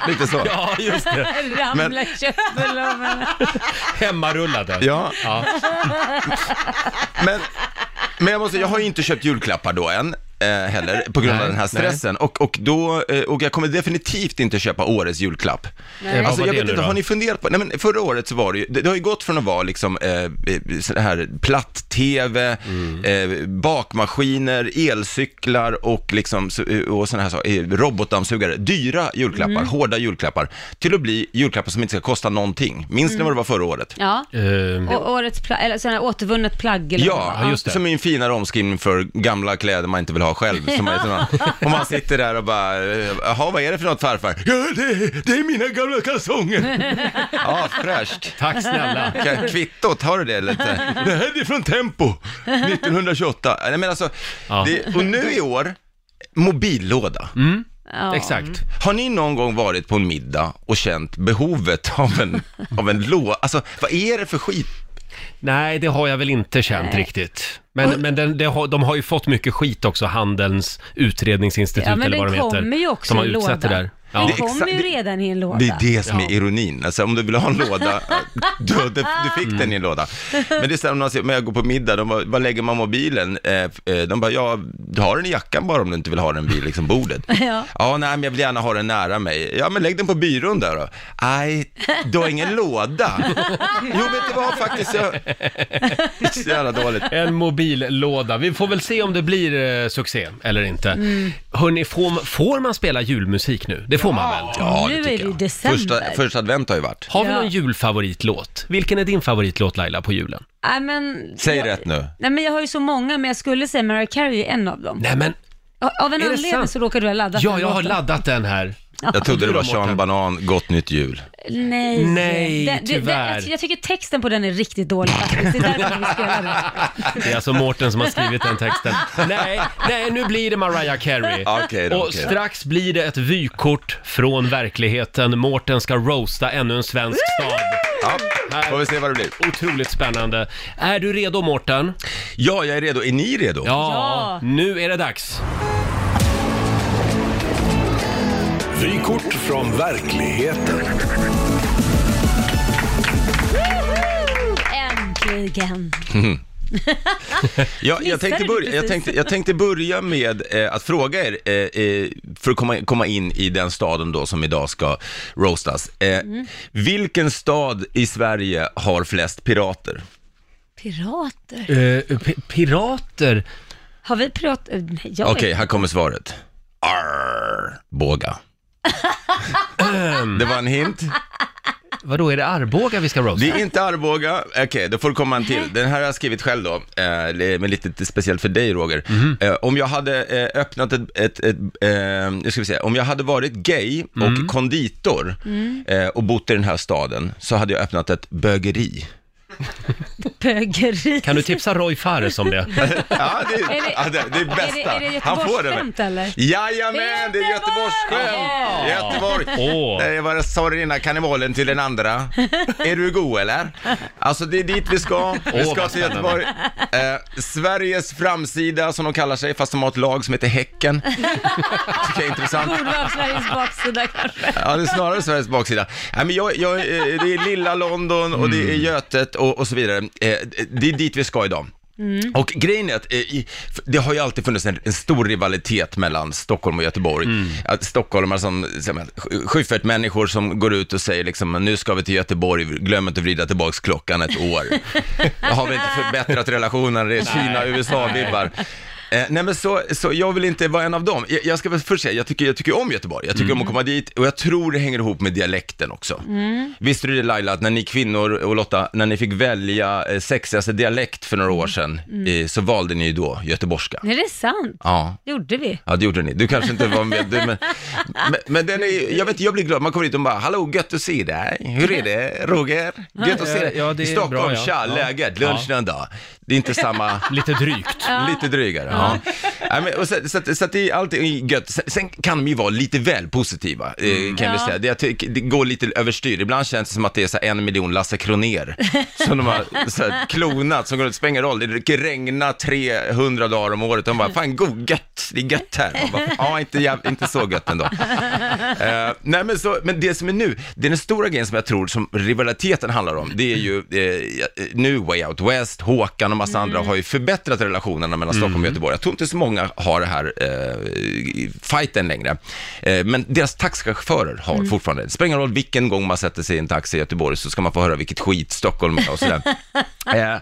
Lite så. Ja, just [laughs] det. Men- Ramla köttbullar om henne. Hemmarullade. Ja. Men, men jag, måste, jag har ju inte köpt julklappar då än. Eh, heller, på grund Nej, av den här stressen. Och, och, då, eh, och jag kommer definitivt inte köpa årets julklapp. Nej. Eh, vad Alltså, var jag det vet nu inte, då? har ni funderat på, nej men förra året så var det ju, det, det har ju gått från att vara liksom, eh, eh, sån här platt-tv, Mm. eh, bakmaskiner, elcyklar och, liksom, så- eh, och såna här saker, eh, robotdammsugare, dyra julklappar, Mm. hårda julklappar, till att bli julklappar som inte ska kosta någonting. Minns ni Mm. vad det var förra året? Ja. Ehm, Och årets pla- eller sån här återvunnet plagg eller vad det var. Ja, som är en finare omskrivning för gamla kläder man inte vill ha [laughs] själv. Som man, och man sitter där och bara, eh, jaha vad är det för något farfar? Ja, det, det är mina gamla kalsonger. [laughs] Ja, fräscht. [laughs] Tack snälla. K- Kvittot, har du det lite? [laughs] Det här är från Tempo, 1928. Nej men alltså, det, och nu i år, mobillåda. Mm. Ja. Har ni någon gång varit på en middag och känt behovet av en, av en låda? Alltså, vad är det för skit? Nej, det har jag väl inte känt riktigt. Men, men den, det har, de har ju fått mycket skit också, Handelns utredningsinstitut Ja, men eller vad den de heter. kommer ju också som har i en utsett det låda. där. Ja. Den kommer ju redan i en låda. Det är det som är ironin. Alltså om du vill ha en [laughs] låda, du, du, du fick den i en låda. Men det är så här om någon säger, men jag går på middag, de bara, var lägger man mobilen? Eh, eh, De bara, ja, du har den i jackan bara om du inte vill ha den vid liksom, bordet. [laughs] Ja. Ja, nej, men jag vill gärna ha den nära mig. Ja, men lägg den på byrån där då. Nej, du har ingen låda. Jo, vet du vad, faktiskt, jag... Det är så jävla dåligt. En mobillåda. Vi får väl se om det blir eh, succé eller inte. Mm. Hörni, får, får man spela julmusik nu? Det får man väl? Ja, nu är det ju december. Första, första advent har ju varit. Har vi Ja. någon julfavoritlåt? Vilken är din favoritlåt Laila på julen? Nej, men, Säg rätt nu. nej men jag har ju så många, men jag skulle säga Mariah Carey är en av dem. Nej men, Av- Av en Är det anledning sant? så råkar du ha laddat ja den jag har låten. laddat den här. Jag trodde det var Sean Banan, Gott Nytt Jul. Nej, Nej, Den- du- den- tyvärr. jag, jag tycker texten på den är riktigt dålig faktiskt. Det är därför jag vill spela den. Det är alltså Mårten som har skrivit den texten. Nej, nej, nu blir det Mariah Okej Carey. då, och okej då. strax blir det ett vykort från verkligheten. Mårten ska roasta ännu en svensk stad. Ja, får vi se vad det blir. Otroligt spännande. Är du redo Mårten? Ja, jag är redo. Är ni redo? Ja, nu är det dags. Vykort från verkligheten. Äntligen. Ja, Missade jag, tänkte du börja, jag, precis? tänkte, jag tänkte börja med eh, att fråga er, eh, eh, för att komma, komma in i den staden då som idag ska roastas. Eh, Vilken stad i Sverige har flest pirater? Pirater. Eh, pirater? Har vi pirat... eh, nej, jag är- Okej, här kommer svaret. [laughs] Arr, båga. det var en hint. Vadå, är det Arboga vi ska roasta? Det är inte Arboga. Okej, då får det komma en till. Den här har jag skrivit själv då, eh, det är- men lite speciellt för dig Roger. Eh, Om jag hade eh, öppnat ett, ett, ett eh, nu ska vi se, om jag hade varit gay och konditor Mm. eh, och bott i den här staden så hade jag öppnat ett bögeri. Bögeri. Kan du tipsa Roy Fares om det? [laughs] ja, det, Är det- ja, det, det är bästa. Är det, är det Han får det. Göteborgsskämt eller? Jajamän, det är Göteborgsskämt! Göteborg! Eh, Åh. Det var sorry innan karnevalen till [laughs] den andra. Är du god eller? Alltså det är dit vi ska. Vi Åh, ska vad till spännande. Göteborg. Eh, Sveriges framsida som de kallar sig, fast de har ett lag som [laughs] heter Häcken. Tycker jag är intressant. Bordlag Sveriges baksida [laughs] kanske. Ja, det är snarare Sveriges baksida. Nej, men jag, jag, eh, det är lilla London och det är Götet och, och så vidare. Eh, Det är dit vi ska idag. Mm. Och grejen är att eh, i- f- det har ju alltid funnits en, en stor rivalitet mellan Stockholm och Göteborg. Att stockholmare som, som sk- Schyffert-människor som går ut och säger liksom, nu ska vi till Göteborg, glöm inte att vrida tillbaks klockan ett år. Då har vi inte förbättrat relationen, det är Kina, USA-vibbar. Eh, nej men så, så jag vill inte vara en av dem. Jag, jag ska väl först säga, jag tycker, jag tycker om Göteborg, jag tycker Mm. om att komma dit och jag tror det hänger ihop med dialekten också. Mm. Visste du det Laila, att när ni kvinnor och Lotta, när ni fick välja eh, sexigaste dialekt för några år sedan, Mm. eh, så valde ni ju då göteborgska. Nej, det är sant. Ja. Gjorde vi? Ja, det gjorde ni. Du kanske inte var med, du, men, men, men den är, jag vet inte, jag blir glad. Man kommer dit och bara, hallå, gött att se dig. Hur är det, Roger? Gött att se dig. Ja, det är I Stockholm, bra, ja. tja, Ja. läget, lunchen en dag. Det är inte samma... Lite drygt. Ja. Lite drygare, ja. Nej, men, och så, så, att- så att det är alltid gött. Sen, sen kan de ju vara lite väl positiva, eh, kan vi Mm. Ja. säga. Det, jag tycker, det går lite överstyr. Ibland känns det som att det är så här en miljon [laughs] Lasse Kroner som de har så här, klonat, som går ut, spelar ingen roll. Det kan regna 300 dagar om året. De bara, fan god, gött, det är gött här. Man bara, ja, inte, jäv, inte så [laughs] gött ändå. Eh, nej, men, så, men det som är nu, det är den stora grejen som jag tror som rivaliteten handlar om, det är ju eh, nu Way Out West, Håkan och massa andra har ju förbättrat relationerna mellan Stockholm och Göteborg. Jag tror inte så många har det här eh, i fighten längre. Eh, men deras taxichaufförer har Mm. fortfarande, det spelar ingen roll vilken gång man sätter sig i en taxi i Göteborg så ska man få höra vilket skit Stockholm är och sådär. Eh,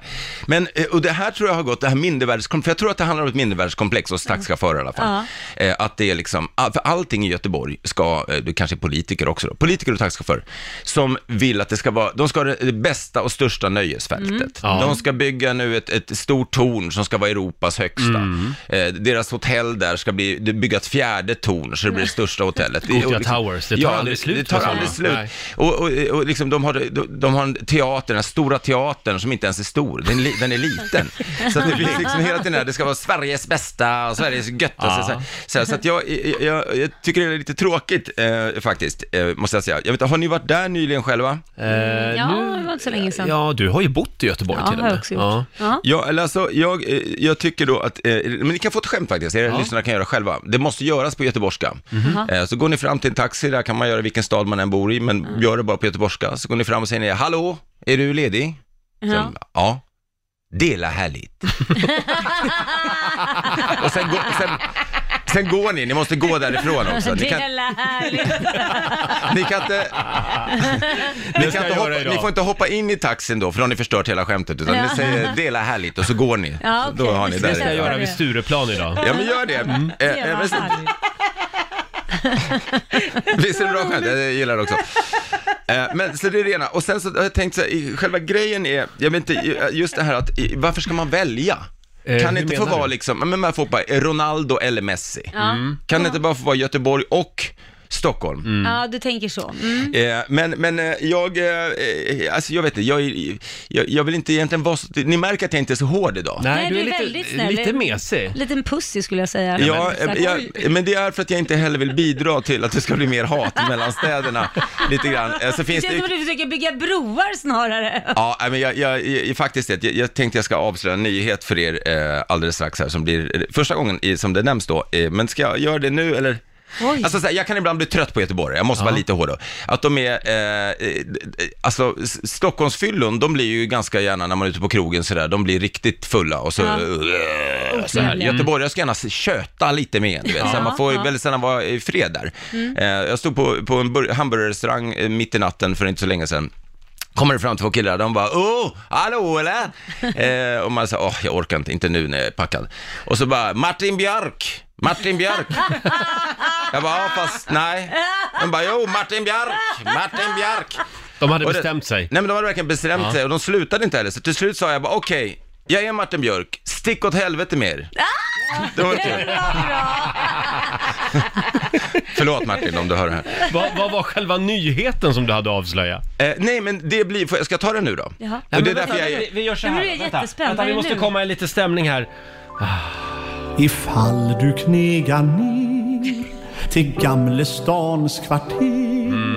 men, eh, och det här tror jag har gått, det här mindervärdeskomplex, för jag tror att det handlar om ett mindervärdeskomplex hos taxichaufförer i alla fall. Eh, att det är liksom, ah, för allting i Göteborg ska, eh, det kanske är politiker också då, politiker och taxichaufförer, som vill att det ska vara, de ska ha det- det bästa och största nöjesfältet. Mm. Ja. De ska bygga nu ett, ett stort torn som ska vara Europas högsta. Mm. Eh, deras hotell där ska bli, det bygga ett fjärde torn så det blir det största hotellet. Gothia Det är- och Towers, det tar aldrig slut Det med tar sådana. aldrig slut. Nej. Och, och, och liksom, de, har, de, de har en teater, den här stora teatern som inte ens är stor, den, li- den är liten. Så att det finns liksom hela tiden här, det ska vara Sveriges bästa och Sveriges göttaste. Ja. Så, här. så, här, så att jag, jag, jag tycker det är lite tråkigt eh, faktiskt, eh, måste jag säga. Jag vet, inte, har ni varit där nyligen själva? Eh, ja, det var inte så länge sedan. Ja, du har ju bott i Göteborg Ja, till och har jag med. också gjort. Ja. Ja. Ja, eller alltså, jag, eh, jag tycker då att, eh, men ni kan få ett skämt faktiskt, era lyssnare kan göra själva. Det måste göras på göteborgska. Mhm. Eh, Så går ni fram till en taxi, där kan man göra vilken stad man än bor i, men Mm. gör det bara på göteborgska. Så går ni fram och säger, hallå, är du ledig? Ja. Ja. Dela [laughs] härligt. och sen, går- sen, sen går ni, ni måste gå därifrån också. Ni Alltså, Det kan, är [laughs] härligt. ni kan inte... Ni, kan inte hoppa, ni får inte hoppa in i taxin då, för då har ni förstört hela skämtet. Utan Ja. ni säger dela härligt och så går ni. Ja, Då okej. har ni Det där. ska jag göra Mm. vid Stureplan idag. Ja, men gör det. Eh, eh, men så- Visst är det bra skämt? Jag gillar det också. Eh, Men så det är det ena. Och sen så har jag tänkt så här, i- själva grejen är, jag vet inte, just det här att i- varför ska man välja? Eh, Kan hur det inte få menar vara du? liksom, men man får bara eh, Ronaldo eller Messi. Ja. Mm. Kan det inte bara få vara Göteborg och Stockholm? Ja, du tänker så. Mm. Eh, men men eh, jag, eh, eh, alltså jag vet inte, jag, är- jag, jag vill inte egentligen vara så, ni märker att jag inte är så hård idag. Nej, du är väldigt snäll. Liten pussig skulle jag säga. Ja, Så att- eh, jag, men det är för att jag inte heller vill bidra till att det ska bli mer hat mellan städerna lite grann. Eh, Så det finns känns det, som att du försöker bygga broar [laughs] snarare. Ja, nej, men jag, jag, jag, faktiskt det. Jag, jag tänkte jag ska avslöja en nyhet för er eh, alldeles strax här som blir eh, första gången i, som det nämns då. Eh, men ska jag göra det nu eller? Alltså, så här, jag kan ibland bli trött på Göteborg, jag måste vara lite hård då. Att de är, eh, eh, alltså S- Stockholmsfyllon, de blir ju ganska gärna när man är ute på krogen sådär, de blir riktigt fulla och så, eh, Ja. ja. så här. Otrevliga. Göteborgare ska gärna köta lite mer, du vet. Så här, man får ju Ja. väldigt sällan vara i fred där. Mm. Eh, jag stod på, på en bur- hamburgerrestaurang eh, mitt i natten för inte så länge sedan. Kommer det fram två killar, de bara ”Åh, hallå eller?” [laughs] eh, Och man säger ”Åh, jag orkar inte, inte nu när jag är packad”. Och så bara ”Martin Björk, Martin Björk”. jag bara ”Ja, fast nej”. De bara ”Jo, Martin Björk, Martin Björk”. De hade Och det- bestämt sig. Nej men de hade verkligen bestämt Ja. sig och de slutade inte heller. Så till slut sa jag bara okej, jag är Martin Björk, stick åt helvete med er. Det var kul. Förlåt Martin om du hör det här. Eh, Vad, vad var själva nyheten som du hade att avslöja? nej men det blir, får jag- ska jag ta den nu då? Jaha. Och det är därför jag vi, är... vi gör så Ja, här. men det är vänta, jättespänt. vänta, Vad är vi det måste nu? komma i lite stämning här. Ifall du knegar ner till Gamle stans kvarter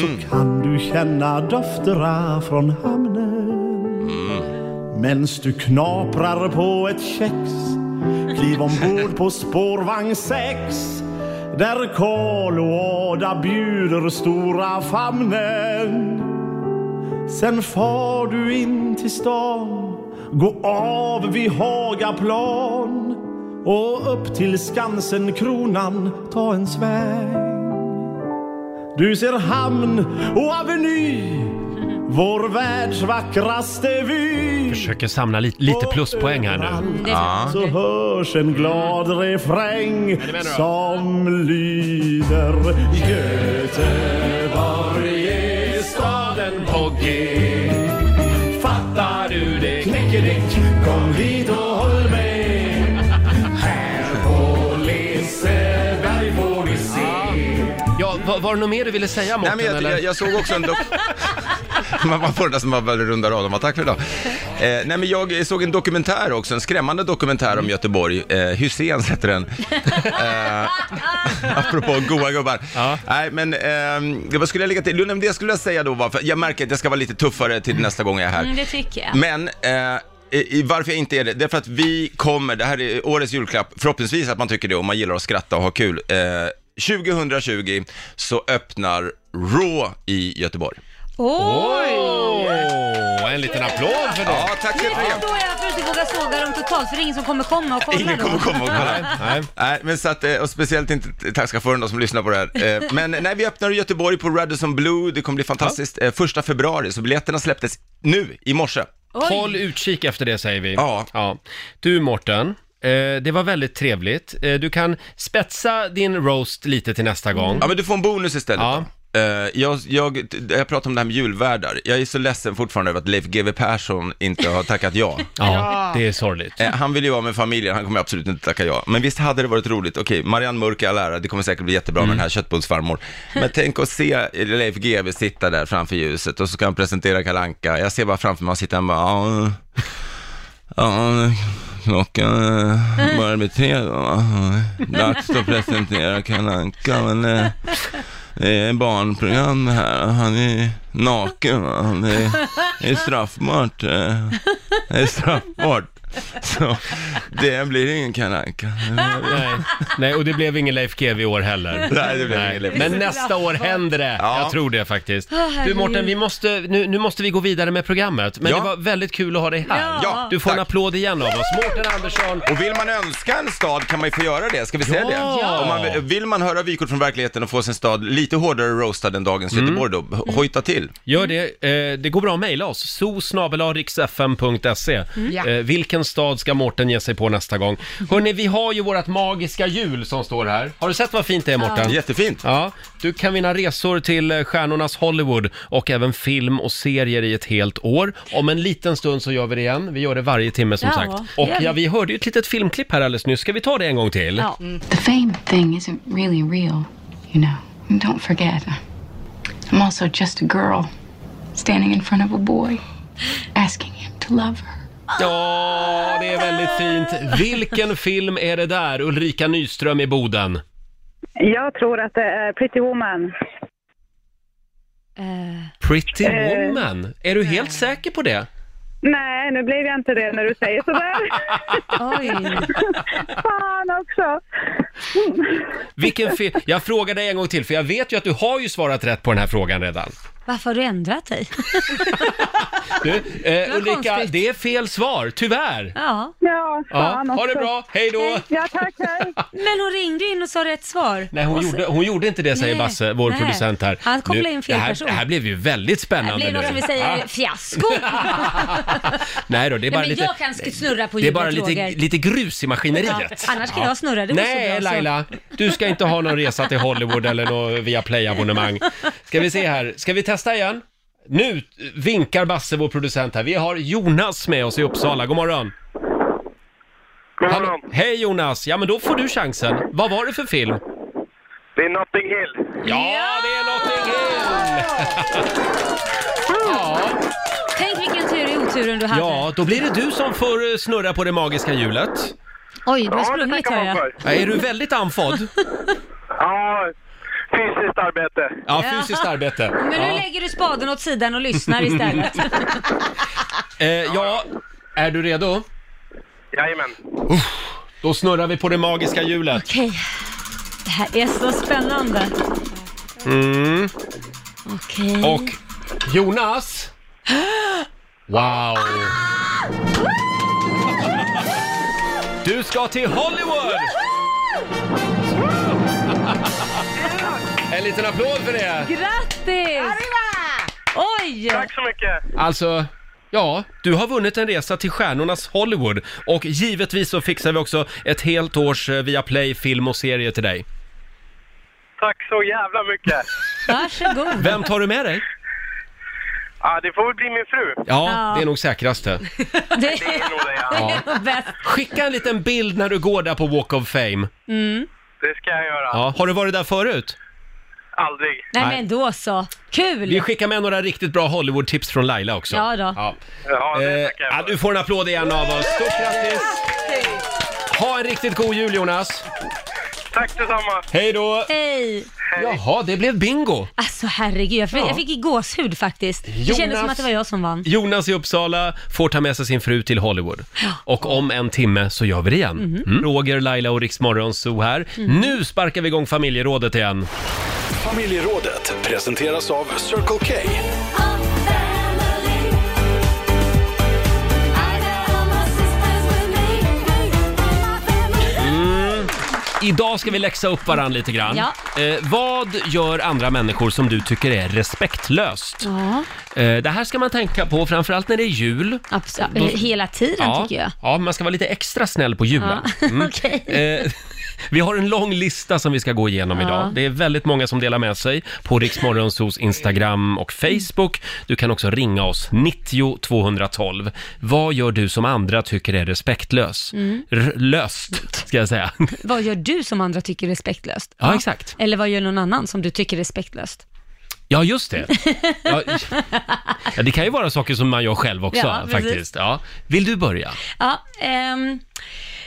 så kan du känna dofterna från hamnen. Mens du knaprar på ett kex kliv ombord på spårvagn 6 där Kolåda bjuder stora famnen. Sen far du in till stan, gå av vid Hagaplan och upp till Skansen, Kronan, ta en sväng. Du ser hamn och aveny, vår världs vackraste vy. Försöker samla lite, lite pluspoäng här nu. Så hörs en glad refräng som lyder Göteborg är staden på G Fattar du det knickedick? Kom hit och håll med Här på Liseberg får ni se Ja, var, var det något mer du ville Nej, säga Mårten? men jag, eller? jag, jag såg också en dok... Man man får det där som man bara rundar av dem. Tack för idag. Eh, nej, men jag såg en dokumentär också, en skrämmande dokumentär om Göteborg. Eh, Hyséns heter den. eh, apropå goa gubbar. Nej, men eh, vad skulle jag lägga till? Jo, nej, men det skulle jag säga då var, för jag märker att jag ska vara lite tuffare till nästa gång jag är här. Mm, det tycker jag. Men eh, i, i- varför jag inte är det, det är för att vi kommer, det här är årets julklapp, förhoppningsvis att man tycker det och man gillar att skratta och ha kul. Eh, 2020 så öppnar Raw i Göteborg. Oj! Åh, en liten applåd för det. Ja, tack Nu förstår jag varför du inte vågar såga dem totalt, för det är ingen som kommer komma och kolla Ingen då. kommer komma och kolla. nej. men så att, eh, och speciellt inte taxichauffören då som lyssnar på det här. Eh, Men nej, vi öppnar i Göteborg på Radisson Blue, det kommer bli fantastiskt. Eh, Första februari, så biljetterna släpptes nu, i morse. Oj. Håll utkik efter det säger vi. Ja. Du Mårten, eh, det var väldigt trevligt. Eh, du kan spetsa din roast lite till nästa gång. Ja, men du får en bonus istället Ja. Eh, Jag, jag, jag pratar om det här med julvärdar. Jag är så ledsen fortfarande över att Leif GW Persson inte har tackat ja. Ja, det är sorgligt. Eh, Han vill ju vara med familjen, han kommer absolut inte tacka ja. Men visst hade det varit roligt, okej, Marianne Mörk i all ära, det kommer säkert bli jättebra med den här köttbullsfarmor. Men tänk att se Leif GW sitta där framför ljuset och så ska han presentera Kalanka. Jag ser bara framför mig, han sitter där och bara, ja, ja, klockan eh, börjar bli tre då, va? Dags att presentera Kalanka, men eh, det är barnprogram här, han är naken, va? Han är, det är straffbart. eh. Det är straffbart. Så det blir ingen kalanka. Nej. Nej, och det blev ingen Leif GW i år heller. Nej, det blev ingen Leif Men GW. nästa år händer det. Ja. Jag tror det faktiskt. Ah, Du herregud. Mårten, vi måste, nu, nu måste vi gå vidare med programmet. Men Ja. det var väldigt kul att ha dig här. Ja. du får en applåd igen av oss. Mårten Andersson. Och vill man önska en stad kan man ju få göra det, ska vi säga Ja. det? Ja. Om man, vill- vill man höra vykort från verkligheten och få sin stad lite hårdare roastad än dagens Mm. Göteborg då, hojta till. Gör Mm. det. Eh, det går bra att mejla oss. zoosnabelariksfm.se Mm. Ja. Mm. eh, Vilken stad ska Mårten ge sig på nästa gång? Hörni, vi har ju vårt magiska hjul som står här. Har du sett vad fint det är Mårten? Ja. Jättefint. Ja. Du kan vinna resor till eh, stjärnornas Hollywood och även film och serier i ett helt år. Om en liten stund så gör vi det igen. Vi gör det varje timme som Ja, sagt. det Och gör vi. ja, vi hörde ju ett litet filmklipp här alldeles nyss. Ska vi ta det en gång till? The fame thing isn't really real, you know. And don't forget, I'm also just a girl standing in front of a boy asking him to love her. Ja, det är väldigt fint. Vilken film är det där? Ulrika Nyström i Boden. Jag tror att det är Pretty Woman. Pretty Eh. Woman? Är du helt säker på det? Nej, nu blev jag inte det när du säger sådär. [laughs] Oj. Fan också. [laughs] Vilken film? Jag frågar dig en gång till, för jag vet ju att du har ju svarat rätt på den här frågan redan. Varför har du ändrat dig? Du, eh, Ulrika, det är fel svar, tyvärr. Ja. Ja, Ja, ha det bra, hej då! Ja, tack, hej. Men hon ringde in och sa rätt svar. Nej, hon Och så- gjorde, hon gjorde inte det, säger Nej, Basse, vår nej. producent här. Han kopplade in fel det här, person. Det här blev ju väldigt Det spännande blir något nu. som vi Ja. Ah. säger fiasko. Nej då, det är bara Nej, men lite... jag kan sk- snurra på det är hjulet, bara lite, Roger. lite grus i maskineriet. Ja, annars kan jag snurra, det går så Nej, bra så. Laila, du ska inte ha någon resa till Hollywood eller något via Play-abonnemang. Ska vi se här, ska vi testa igen? Nu vinkar Basse, vår producent här. Vi har Jonas med oss i Uppsala. God morgon! God morgon. Hej Jonas! Ja, men då får du chansen. Vad var det för film? Det är Notting Hill. Ja, det är Notting Hill! Tänk vilken tur i oturen du hade. Ja, då blir det du som får eh, snurra på det magiska hjulet. Oj, du har Ja, det sprungit tackar hör man jag. Ja, Är du väldigt andfådd? Ja, fysiskt arbete. Ja, fysiskt arbete. Men nu Ja. lägger du spaden åt sidan och [laughs] lyssnar istället. Eh, ja, är du redo? Jajamän. Då snurrar vi på det magiska hjulet. Okej. Det här är så spännande. Mm. Okej. Och Jonas! Wow! Du ska till Hollywood! En liten applåd för det! Grattis! Oj! Tack så mycket. Alltså, ja, du har vunnit en resa till stjärnornas Hollywood och givetvis så fixar vi också ett helt års eh, Viaplay film och serie till dig. Tack så jävla mycket. Varsågod. Vem tar du med dig? Ja, det får väl bli min fru. Ja, det är nog säkraste. Det är nog det, Ja. ja. Skicka en liten bild när du går där på Walk of Fame. Det ska jag göra. Ja, har du varit där förut? Aldrig. Nej Nej. men då så. Kul! Vi skickar med några riktigt bra Hollywood-tips från Laila också. Ja då. Ja. Eh, ja, du får en applåd igen av oss. Stort grattis! Ha en riktigt god jul Jonas! Tack detsamma! Hej då! Hej! Jaha, det blev bingo! Alltså herregud, jag fick, Ja. jag fick i gåshud faktiskt. Det kändes Jonas- som att det var jag som vann. Jonas i Uppsala får ta med sig sin fru till Hollywood. Och om en timme så gör vi det igen. Mhm. Mm. Roger, Laila och Riksmorgon så här. Mhm. Nu sparkar vi igång familjerådet igen. Familjerådet presenteras av Circle K. Mm. Idag ska vi läxa upp varandra lite grann. Ja. Eh, vad gör andra människor som du tycker är respektlöst? Ja, Eh, det här ska man tänka på framförallt när det är jul. absolut. Då- eh, Hela tiden ja, tycker jag. Ja, man ska vara lite extra snäll på julen. Ja, [laughs] okej. Eh, [laughs] vi har en lång lista som vi ska gå igenom Ja. idag. Det är väldigt många som delar med sig på Riksmorgonsos Instagram och Facebook. Du kan också ringa oss, 90 212. Vad gör du som andra tycker är respektlös? Mm. R- löst, ska jag säga. [laughs] Vad gör du som andra tycker är respektlöst? Ja, exakt. Eller vad gör någon annan som du tycker är respektlöst? Ja, just det. Ja, [laughs] ja, det kan ju vara saker som man gör själv också, Ja, precis. faktiskt. Ja. Vill du börja? Ja, ehm,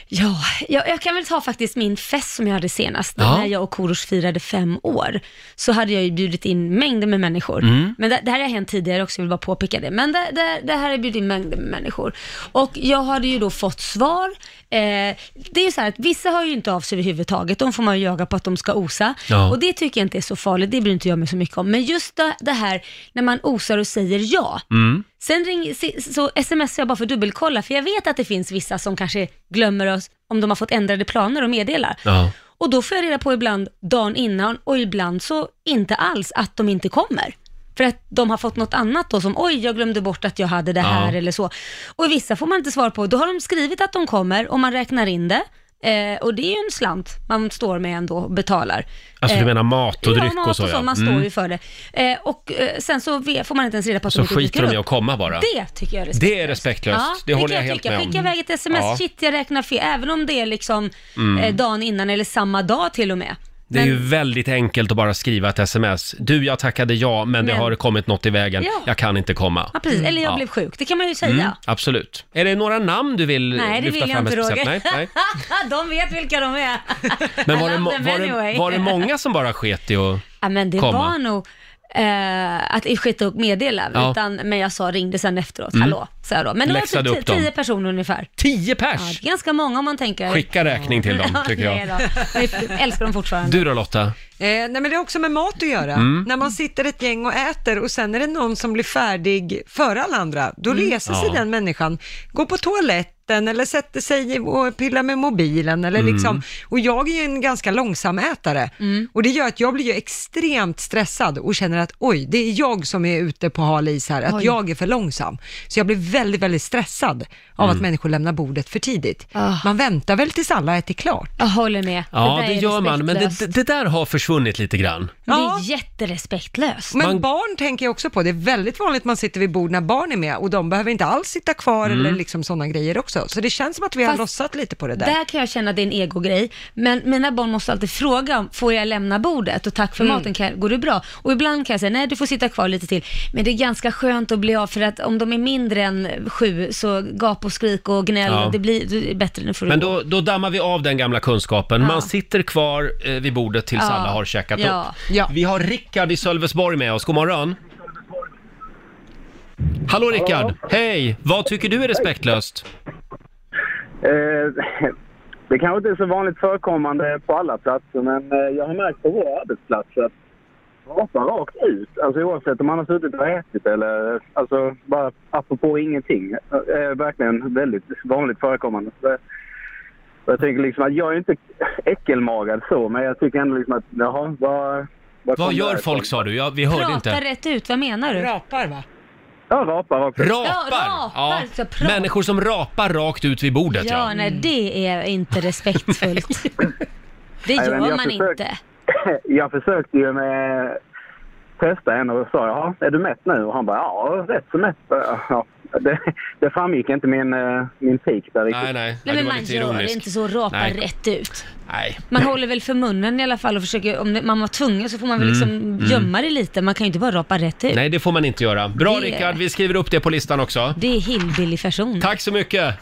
ja, ja, jag kan väl ta faktiskt min fest som jag hade senast. Ja. När jag och Korosh firade fem år så hade jag ju bjudit in mängder med människor. Mm. Men det, det här har hänt tidigare också, jag vill bara påpeka det. Men det, det, det här har jag bjudit in mängder med människor. Och jag hade ju då fått svar. Eh, det är ju så här att vissa hör ju inte av sig överhuvudtaget. De får man ju jaga på att de ska osa. Ja. Och det tycker jag inte är så farligt, det bryr inte jag mig så mycket om. Men just det, det här när man osar och säger ja. Mm. Sen ring, se- så smsar jag bara för att dubbelkolla, för jag vet att det finns vissa som kanske glömmer oss om de har fått ändrade planer och meddelar. Ja. Och då får jag reda på ibland dagen innan och ibland så inte alls att de inte kommer. För att de har fått något annat då som oj, jag glömde bort att jag hade det här Ja. eller så. Och vissa får man inte svar på. Då har de skrivit att de kommer och man räknar in det. Eh, och det är ju en slant man står med ändå och betalar. Alltså, du Eh, menar mat och dryck ja, mat och så, ja. man Mm. står ju för det. Eh, och eh, sen så ve- får man inte ens reda på att Så de inte skiter dyker de i upp. att komma bara. Det tycker jag är respektlöst. Det är respektlöst. det håller jag, helt med om. Skicka iväg ett sms, Ja. shit jag räknar fel, även om det är liksom Mm. eh, dagen innan eller samma dag till och med. Det är ju väldigt enkelt att bara skriva ett sms. Du, jag tackade ja, men, det Men- har kommit något i vägen. Ja. Jag kan inte komma. Ja, precis. Eller jag Mm. Ja. blev sjuk, det kan man ju säga. Mm, absolut. Är det några namn du vill Nej, det lyfta vill jag fram? inte speciellt? Roger. Nej, nej. [laughs] Mm. de vet vilka de är. Men var I [laughs] det, love mo- them var, det, anyway. var det många som bara sket i att Ja, men det komma? var nog eh, att skita upp meddela, Ja. utan, men jag sa, ringde sen efteråt, Mm. hallå, sa jag då. Men det Läxade var upp typ dem. ti- tio personer ungefär. Tio pers? Ja, det är ganska många om man tänker. Skicka räkning [laughs] till dem, tycker jag. Nej då. Jag älskar dem fortfarande. Du då Lotta? Eh, nej men det har också med mat att göra. Mm. När man sitter ett gäng och äter och sen är det någon som blir färdig före alla andra, då reser sig Mm. Ja. den människan, går på toaletten katten eller sätter sig och pillar med mobilen eller Mm. liksom. Och jag är ju en ganska långsam ätare Mm. och det gör att jag blir ju extremt stressad och känner att oj, det är jag som är ute på hal is här, att Oj. jag är för långsam. Så jag blir väldigt, väldigt stressad av Mm. Ah. att människor lämnar bordet för tidigt. Man väntar väl tills alla ätit klart? Jag håller med. Ja, det gör man, men det, det där har försvunnit lite grann. Ja. Det är jätterespektlöst. Men Man- barn tänker jag också på, det är väldigt vanligt man sitter vid bord när barn är med och de behöver inte alls sitta kvar Mm. eller liksom sådana grejer också. Så det känns som att vi har Fast- lossat lite på det där. där. kan jag känna att det är en egogrej, men mina barn måste alltid fråga om, får jag lämna bordet? Och tack för Mm. maten, kan, går det bra? Och ibland kan jag säga, nej du får sitta kvar lite till. Men det är ganska skönt att bli av, för att om de är mindre än sju, så gap och skrik och gnäll, Ja. det blir det är bättre, nu får du Men gå. då, då dammar vi av den gamla kunskapen. Ja. Man sitter kvar eh, vid bordet tills Ja. alla har käkat Ja. upp. Vi har Rickard i Sölvesborg med oss. God morgon. Hallå Rickard! Hej! Vad tycker du är respektlöst? Eh, det kanske inte är så vanligt förekommande på alla platser, men eh, jag har märkt på våra arbetsplatser att prata rakt ut, alltså oavsett om man har suttit och ätit eller alltså bara apropå ingenting, eh, är verkligen väldigt vanligt förekommande. Så, jag tänker liksom att jag är inte äckelmagad så, men jag tycker ändå liksom att jaha, vad... Vad gör folk sa du? Ja, vi hörde Prata inte. rätt ut, vad menar du? Rapar va? Ja, rapar rakt ut. Ja, Rapar! rapar! Så pra- Människor som rapar rakt ut vid bordet ja. Mm. ja, nej det är inte [laughs] respektfullt. det Nej, gör men jag man försökte- inte. jag försökte ju med testa henne och sa jaha, är du mätt nu? Och han bara ja, rätt så mätt. Ja, det, det framgick inte min, eh, min pik där riktigt. Nej, nej. Nej, men man gör inte så, rapa Nej. rätt ut. Nej. Man håller väl för munnen i alla fall och försöker, om det- man var tvungen så får man väl Mm, liksom mm. gömma det lite. Man kan ju inte bara rapa rätt ut. Nej, det får man inte göra. Bra Det- Rickard, vi skriver upp det på listan också. Det är hillbilly-fason. Tack så mycket!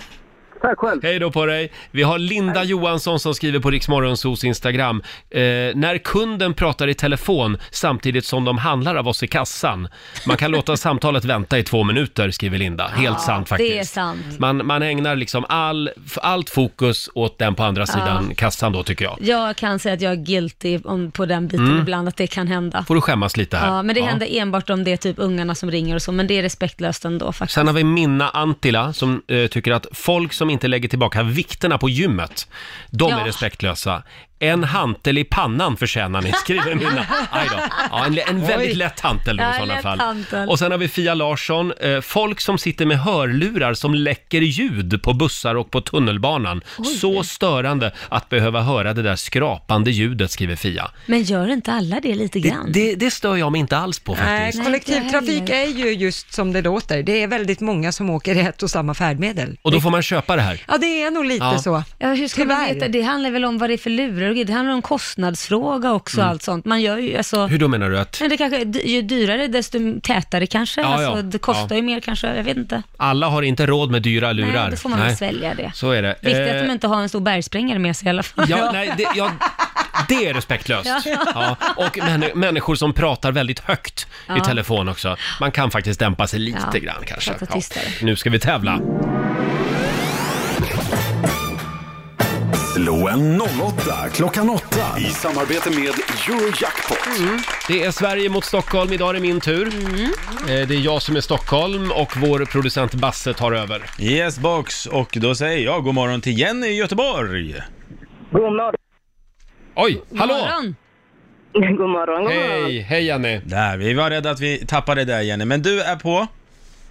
Tack själv. Hej då på dig. Vi har Linda Johansson som skriver på Riksmorgonsos Instagram. Eh, när kunden pratar i telefon samtidigt som de handlar av oss i kassan. Man kan låta [laughs] samtalet vänta i två minuter, skriver Linda. Helt sant faktiskt. Det är sant. Man, man ägnar liksom all, allt fokus åt den på andra sidan Ja. kassan då tycker jag. Jag kan säga att jag är guilty om, på den biten Mm. ibland, att det kan hända. Får du skämmas lite här. Ja, men det händer enbart om det är typ ungarna som ringer och så, men det är respektlöst ändå faktiskt. Sen har vi Minna Antila som eh, tycker att folk som inte lägger tillbaka vikterna på gymmet, de Ja. är respektlösa. En hantel i pannan förtjänar ni, skriver Minna. Aj då. Ja, en, en väldigt Oj. lätt hantel då i Ja, sådana lätt fall. hantel. Och sen har vi Fia Larsson, eh, folk som sitter med hörlurar som läcker ljud på bussar och på tunnelbanan. Oj. Så störande att behöva höra det där skrapande ljudet, skriver Fia. Men gör inte alla det lite Det, grann? det, det stör jag mig inte alls på Nej, faktiskt. kollektivtrafik är ju just som det låter. Det är väldigt många som åker i ett och samma färdmedel. Och då får man köpa det här. Ja, det är nog lite Ja. så. Ja, hur ska man Tyvärr. veta? Det handlar väl om vad det är för lurar och grejer. Det handlar om kostnadsfråga också och Mm. allt sånt. Man gör ju alltså... Hur då menar du att Men det kanske, är dy- ju dyrare desto tätare kanske. Ja, ja. Alltså, det kostar Ja. ju mer kanske, jag vet inte. Alla har inte råd med dyra lurar. Nej, då får man väl svälja det. Så är det. Viktigt att Eh, de inte har en stor bergsprängare med sig i alla fall. ja, nej, det, ja, det är respektlöst. Ja. Ja. Och män, människor som pratar väldigt högt i Ja. telefon också. Man kan faktiskt dämpa sig lite Ja, grann kanske. prata tystare. Nu ska vi tävla. Loen 08, klockan 8. I samarbete med Eurojackpot. Det är Sverige mot Stockholm, idag är det min tur. Mm. Eh, Det är jag som är Stockholm och vår producent Basse tar över. Yes box, och då säger jag god morgon till Jenny i Göteborg. [laughs] God morgon. Oj, hallå! God morgon, god morgon. Hej, hej Jenny! Där, vi var rädda att vi tappade det där Jenny, men du är på.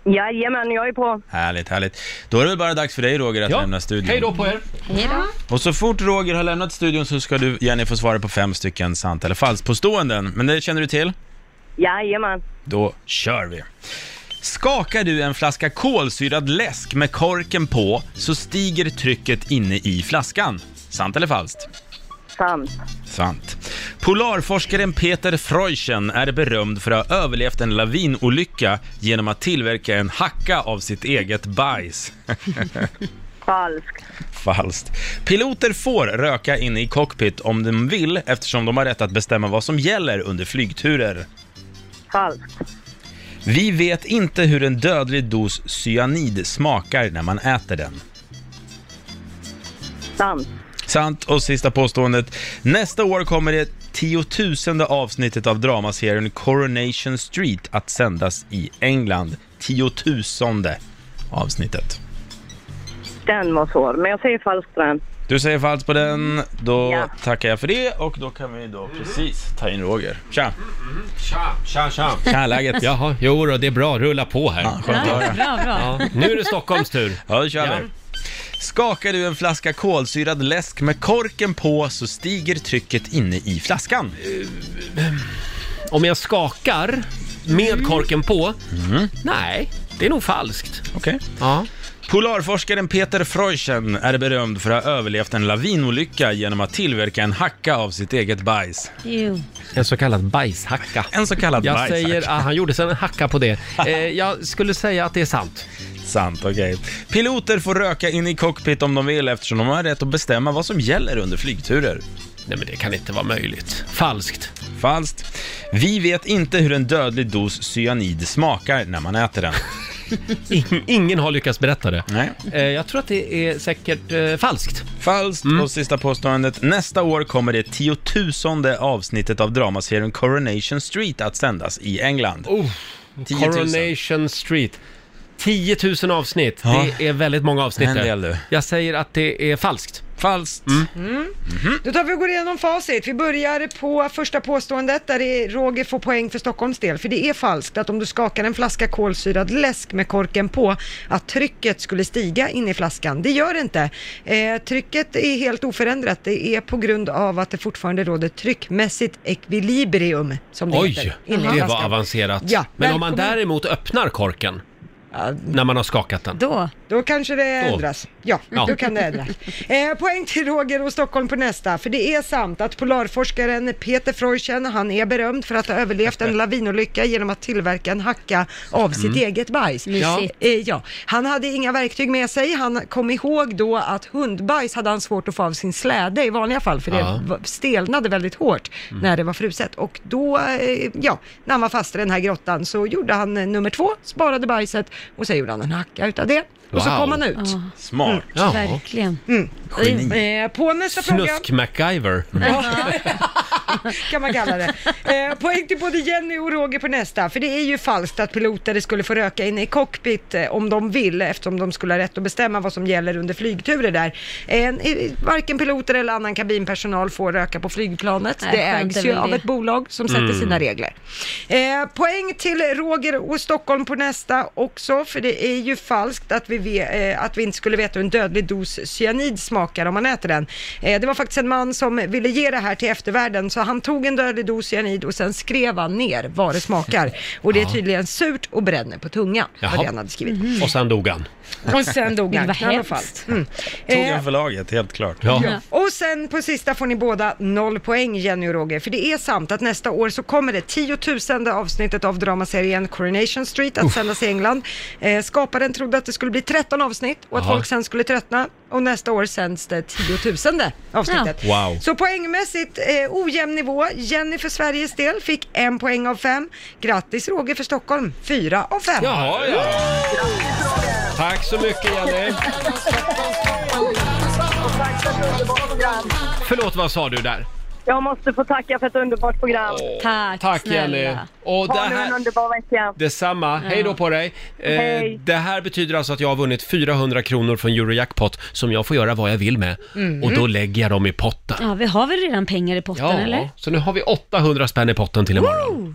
Jajamän, jag är på. Härligt, härligt. Då är det väl bara dags för dig Roger att lämna studion. Hej då på er! Hej då. Och så fort Roger har lämnat studion så ska du Jenny få svara på fem stycken sant eller falskt påståenden. Men det känner du till? Jajamän. Då kör vi! Skakar du en flaska kolsyrad läsk med korken på så stiger trycket inne i flaskan. Sant eller falskt? Sant. Sant. Polarforskaren Peter Freuchen är berömd för att ha överlevt en lavinolycka genom att tillverka en hacka av sitt eget bajs. Falskt. Falskt. Piloter får röka inne i cockpit om de vill eftersom de har rätt att bestämma vad som gäller under flygturer. Falskt. Vi vet inte hur en dödlig dos cyanid smakar när man äter den. Sant. Sant. Och sista påståendet. Nästa år kommer det tiotusende avsnittet av dramaserien Coronation Street att sändas i England. Tiotusende avsnittet. den var svår, men jag säger Falkstrand. Du säger falskt på den, då Ja. tackar jag för det och då kan vi då precis ta in Roger. Tja! Mm, Tja, tja, tja. [laughs] Tja, läget? Jaha, jo då, det är bra. Rulla på här. skönt att höra. Bra, bra. Nu är det Stockholms tur. Ja, då kör vi. Skakar du en flaska kolsyrad läsk med korken på så stiger trycket inne i flaskan. Om jag skakar Mm. med korken på? Nej, det är nog falskt. Okej. Polarforskaren Peter Freuchen är berömd för att ha överlevt en lavinolycka genom att tillverka en hacka av sitt eget bajs. Jo. En så kallad bajshacka. En så kallad jag bajshacka. Säger, ah, han gjorde sen en hacka på det. Eh, jag skulle säga att det är sant. Sant, okej. Piloter får röka in i cockpit om de vill eftersom de har rätt att bestämma vad som gäller under flygturer. Nej men det kan inte vara möjligt. Falskt. Falskt. Vi vet inte hur en dödlig dos cyanid smakar när man äter den. ingen har lyckats berätta det. Eh, Nej. jag tror att det är säkert eh, falskt. Falskt. Mm. Och sista påståendet. Nästa år kommer det tiotusende avsnittet av dramaserien Coronation Street att sändas i England. Oh, 10 000. Coronation Street. 10 000 avsnitt. Ja. Det är väldigt många avsnitt. En där. del, du. Jag säger att det är falskt. Falskt. Mm. Då tar vi och går igenom facit. Vi börjar på första påståendet där det är Roger får poäng för Stockholms del. För det är falskt att om du skakar en flaska kolsyrad läsk med korken på, att trycket skulle stiga in i flaskan. Det gör det inte. Eh, trycket är helt oförändrat. Det är på grund av att det fortfarande råder tryckmässigt ekvilibrium, som det Oj, heter. inne i det var flaskan. avancerat. Ja, men om man välkommen. däremot öppnar korken när man har skakat den. Då? Då kanske det Då. ändras. Ja, Ja. då kan det ändras. Eh, poäng till Roger och Stockholm på nästa, för det är sant att polarforskaren Peter Freuchen, han är berömd för att ha överlevt en lavinolycka genom att tillverka en hacka av sitt Mm. eget bajs. Mysigt. Eh, ja. Han hade inga verktyg med sig, han kom ihåg då att hundbajs hade han svårt att få av sin släde i vanliga fall, för det Ja. var- stelnade väldigt hårt Mm. när det var fruset. Och då, eh, ja, när han var fast i den här grottan så gjorde han eh, nummer två, sparade bajset och så gjorde han en hacka utav det. Och så Wow. kom han ut. Smart. Ja. Verkligen. Mm. Geni. Eh, på nästa fråga. Snusk-MacGyver. Mm. kan man kalla det. Eh, poäng till både Jenny och Roger på nästa, för det är ju falskt att piloter skulle få röka inne i cockpit eh, om de vill, eftersom de skulle ha rätt att bestämma vad som gäller under flygturer där. Eh, eh, varken piloter eller annan kabinpersonal får röka på flygplanet. Nej, det skönt ägs är ju väl av det. ett bolag som sätter Mm. sina regler. Eh, poäng till Roger och Stockholm på nästa också, för det är ju falskt att vi, ve- eh, att vi inte skulle veta hur en dödlig dos cyanid smakar om man äter den. Eh, det var faktiskt en man som ville ge det här till eftervärlden, så han tog en dödlig dos cyanid och sen skrev han ner vad det smakar. Och det är Ja. tydligen surt och bränner på tungan, vad det han Jaha. hade skrivit. Och sen dog han. Och sen [laughs] dog han, Vad i alla hemskt. fall. Mm. Tog Eh, en förlaget, helt klart. Ja. Och sen på sista får ni båda noll poäng Jenny och Roger, för det är sant att nästa år så kommer det tiotusende avsnittet av dramaserien Coronation Street att sändas i England. Eh, skaparen trodde att det skulle bli 13 avsnitt och att Jaha. folk sen skulle tröttna och nästa år sänds det tiotusende avsnittet. Ja. Wow. Så poängmässigt eh, ojämn nivå. Jenny för Sveriges del fick en poäng av fem. Grattis Roger för Stockholm, fyra av fem. Jaha, ja. Tack så mycket Jenny. Förlåt, vad sa du där? Jag måste få tacka för ett underbart program. Tack, Tack, snälla. Jenny. Och det ha nu här- en underbar vecka. Detsamma, hej då på dig. Eh, Hej. det här betyder alltså att jag har vunnit 400 kronor från Eurojackpot som jag får göra vad jag vill med. Mm. Och då lägger jag dem i potten. Ja, vi har väl redan pengar i potten eller? så nu har vi 800 spänn i potten till imorgon.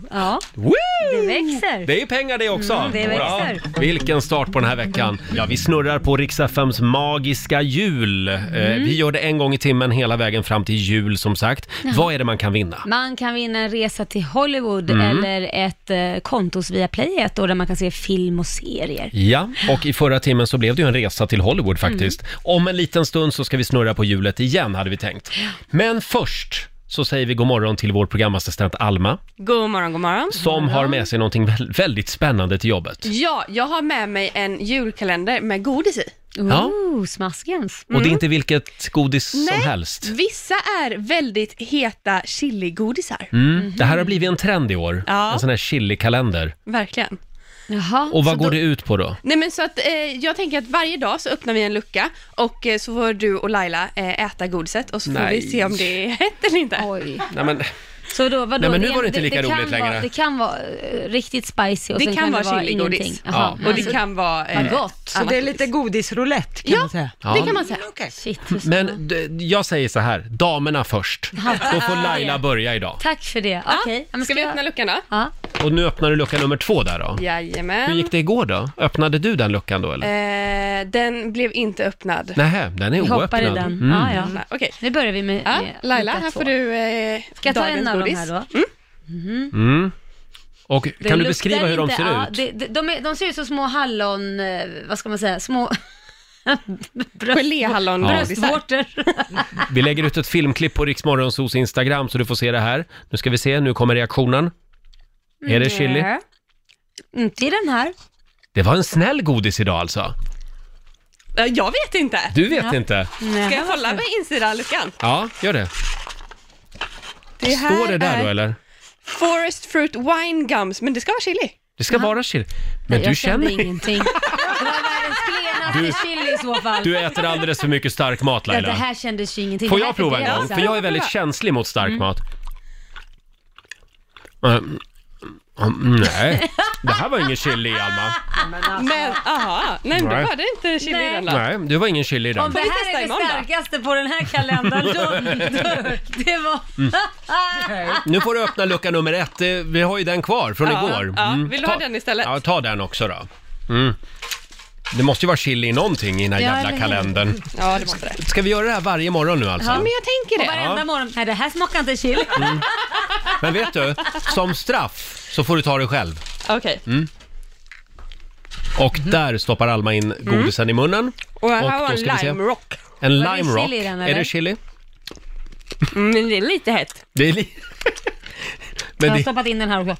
Woo! Ja, Woo! det växer. Det är pengar det också! Mm, det växer. Ja, vilken start på den här veckan. Ja, vi snurrar på Rix FMs magiska jul. Eh, Mm. Vi gör det en gång i timmen hela vägen fram till jul som sagt. Ja. Vad är det man kan vinna? Man kan vinna en resa till Hollywood Mm. eller ett eh, konto hos Viaplay i ett år där man kan se film och serier. Ja, och i förra timmen så blev det ju en resa till Hollywood Mm. faktiskt. Om en liten stund så ska vi snurra på hjulet igen hade vi tänkt. Men först så säger vi god morgon till vår programassistent Alma God morgon, god morgon. som har med sig någonting vä- väldigt spännande till jobbet. Ja, jag har med mig en julkalender med godis i. Mm. Ja. Ooh, Uh, smaskens. Mm. Och det är inte vilket godis Nej, som helst. vissa är väldigt heta chiligodisar. Mm. Det här har blivit en trend i år, Ja. en sån här chilikalender. Verkligen. Jaha. Och vad går det ut på då? Nej men så att eh, jag tänker att varje dag så öppnar vi en lucka och eh, så får du och Laila eh, äta godiset och så får [laughs] Nej. vi se om det är hett eller inte. Oj. Nej men, Så då, vadå? Nej, men nu Det- var det inte lika det kan roligt vara, längre. Det kan vara eh, riktigt spicy och Det sen kan kan, vara det vara chiligodis. ingenting. Ja, Jaha, och men det så- kan vara, eh, Vad gott. Så det är lite godisroulett kan man säga. Ja. det kan man säga. Shit. Men d- jag säger så här, damerna först. Då får Laila börja idag. Tack för det. Okej. Ska, vi öppna luckan då? Ja. Och nu öppnar du lucka nummer två där då. Jajamän. Hur gick det igår då? Öppnade du den luckan då eller? Eh, den blev inte öppnad. Nähä, den är Vi oöppnad. hoppar i den. Mm. Ja, ja. Okej. Nu börjar vi med, Ja, med Laila, lucka här två. får du eh, Ska jag ta dagens en av godis. de här då? Mm. Mm. Och Det kan du luktar beskriva hur de inte- ser ja, ut? det- det- de, är, de ser ut som små hallon, eh, vad ska man säga, små bröst, Geléhallongodisar. bröstvårtor. Vi lägger ut ett filmklipp på Riksmorgonsos Instagram så du får se det här. Nu ska vi se, nu kommer reaktionen. Är det Mm, Nej. chili? Mm. Inte i den här. Det var en snäll godis idag alltså. Eh, Jag vet inte. Du vet inte? Ska jag kolla med insidan luckan? Ja, gör det. Det här Står det där är då eller? Forest Fruit Wine Gums, men det ska vara chili. Det ska vara chili. Men Jag du kände känner ingenting. Det var världens [laughs] Du- klenaste chili i så fall. [laughs] Du äter alldeles för mycket stark mat ja, det Laila. här kändes ju ingenting. Får Det här jag prova fick en gång? också. För jag är väldigt känslig mot stark Mm. mat. Mm, mm, nej, det här var ingen chili Alma. Men, aha, nej, men då Nej. var det inte chili i den då. Nej, det var ingen chili i Om den. det vi här testa är det imorgon då? starkaste på den här kalendern, då, [laughs] då, det var... Nu får du öppna lucka nummer ett. Eh, Vi har ju den kvar från Ja, igår. ja. Mm, Vill du ha ta- den istället? Ja, ta den också då. Mm. Det måste ju vara chili i någonting i den här Ja, eller jävla hur? kalendern. Ja, det måste det. Ska vi göra det här varje morgon nu alltså? Ja, men jag tänker det. Och varenda Ja. morgon, nej det här smakar inte chili. Men vet du, som straff så får du ta det själv. Okej, Mm. Och där stoppar Alma in godisen i munnen. Mhm. Mm. och här var då en ska vi se. lime rock. En Var det lime rock. chili i den, är eller? Mm, det chili? Men det är lite hett. Det [laughs] är li... Jag Men har det, stoppat in den här också.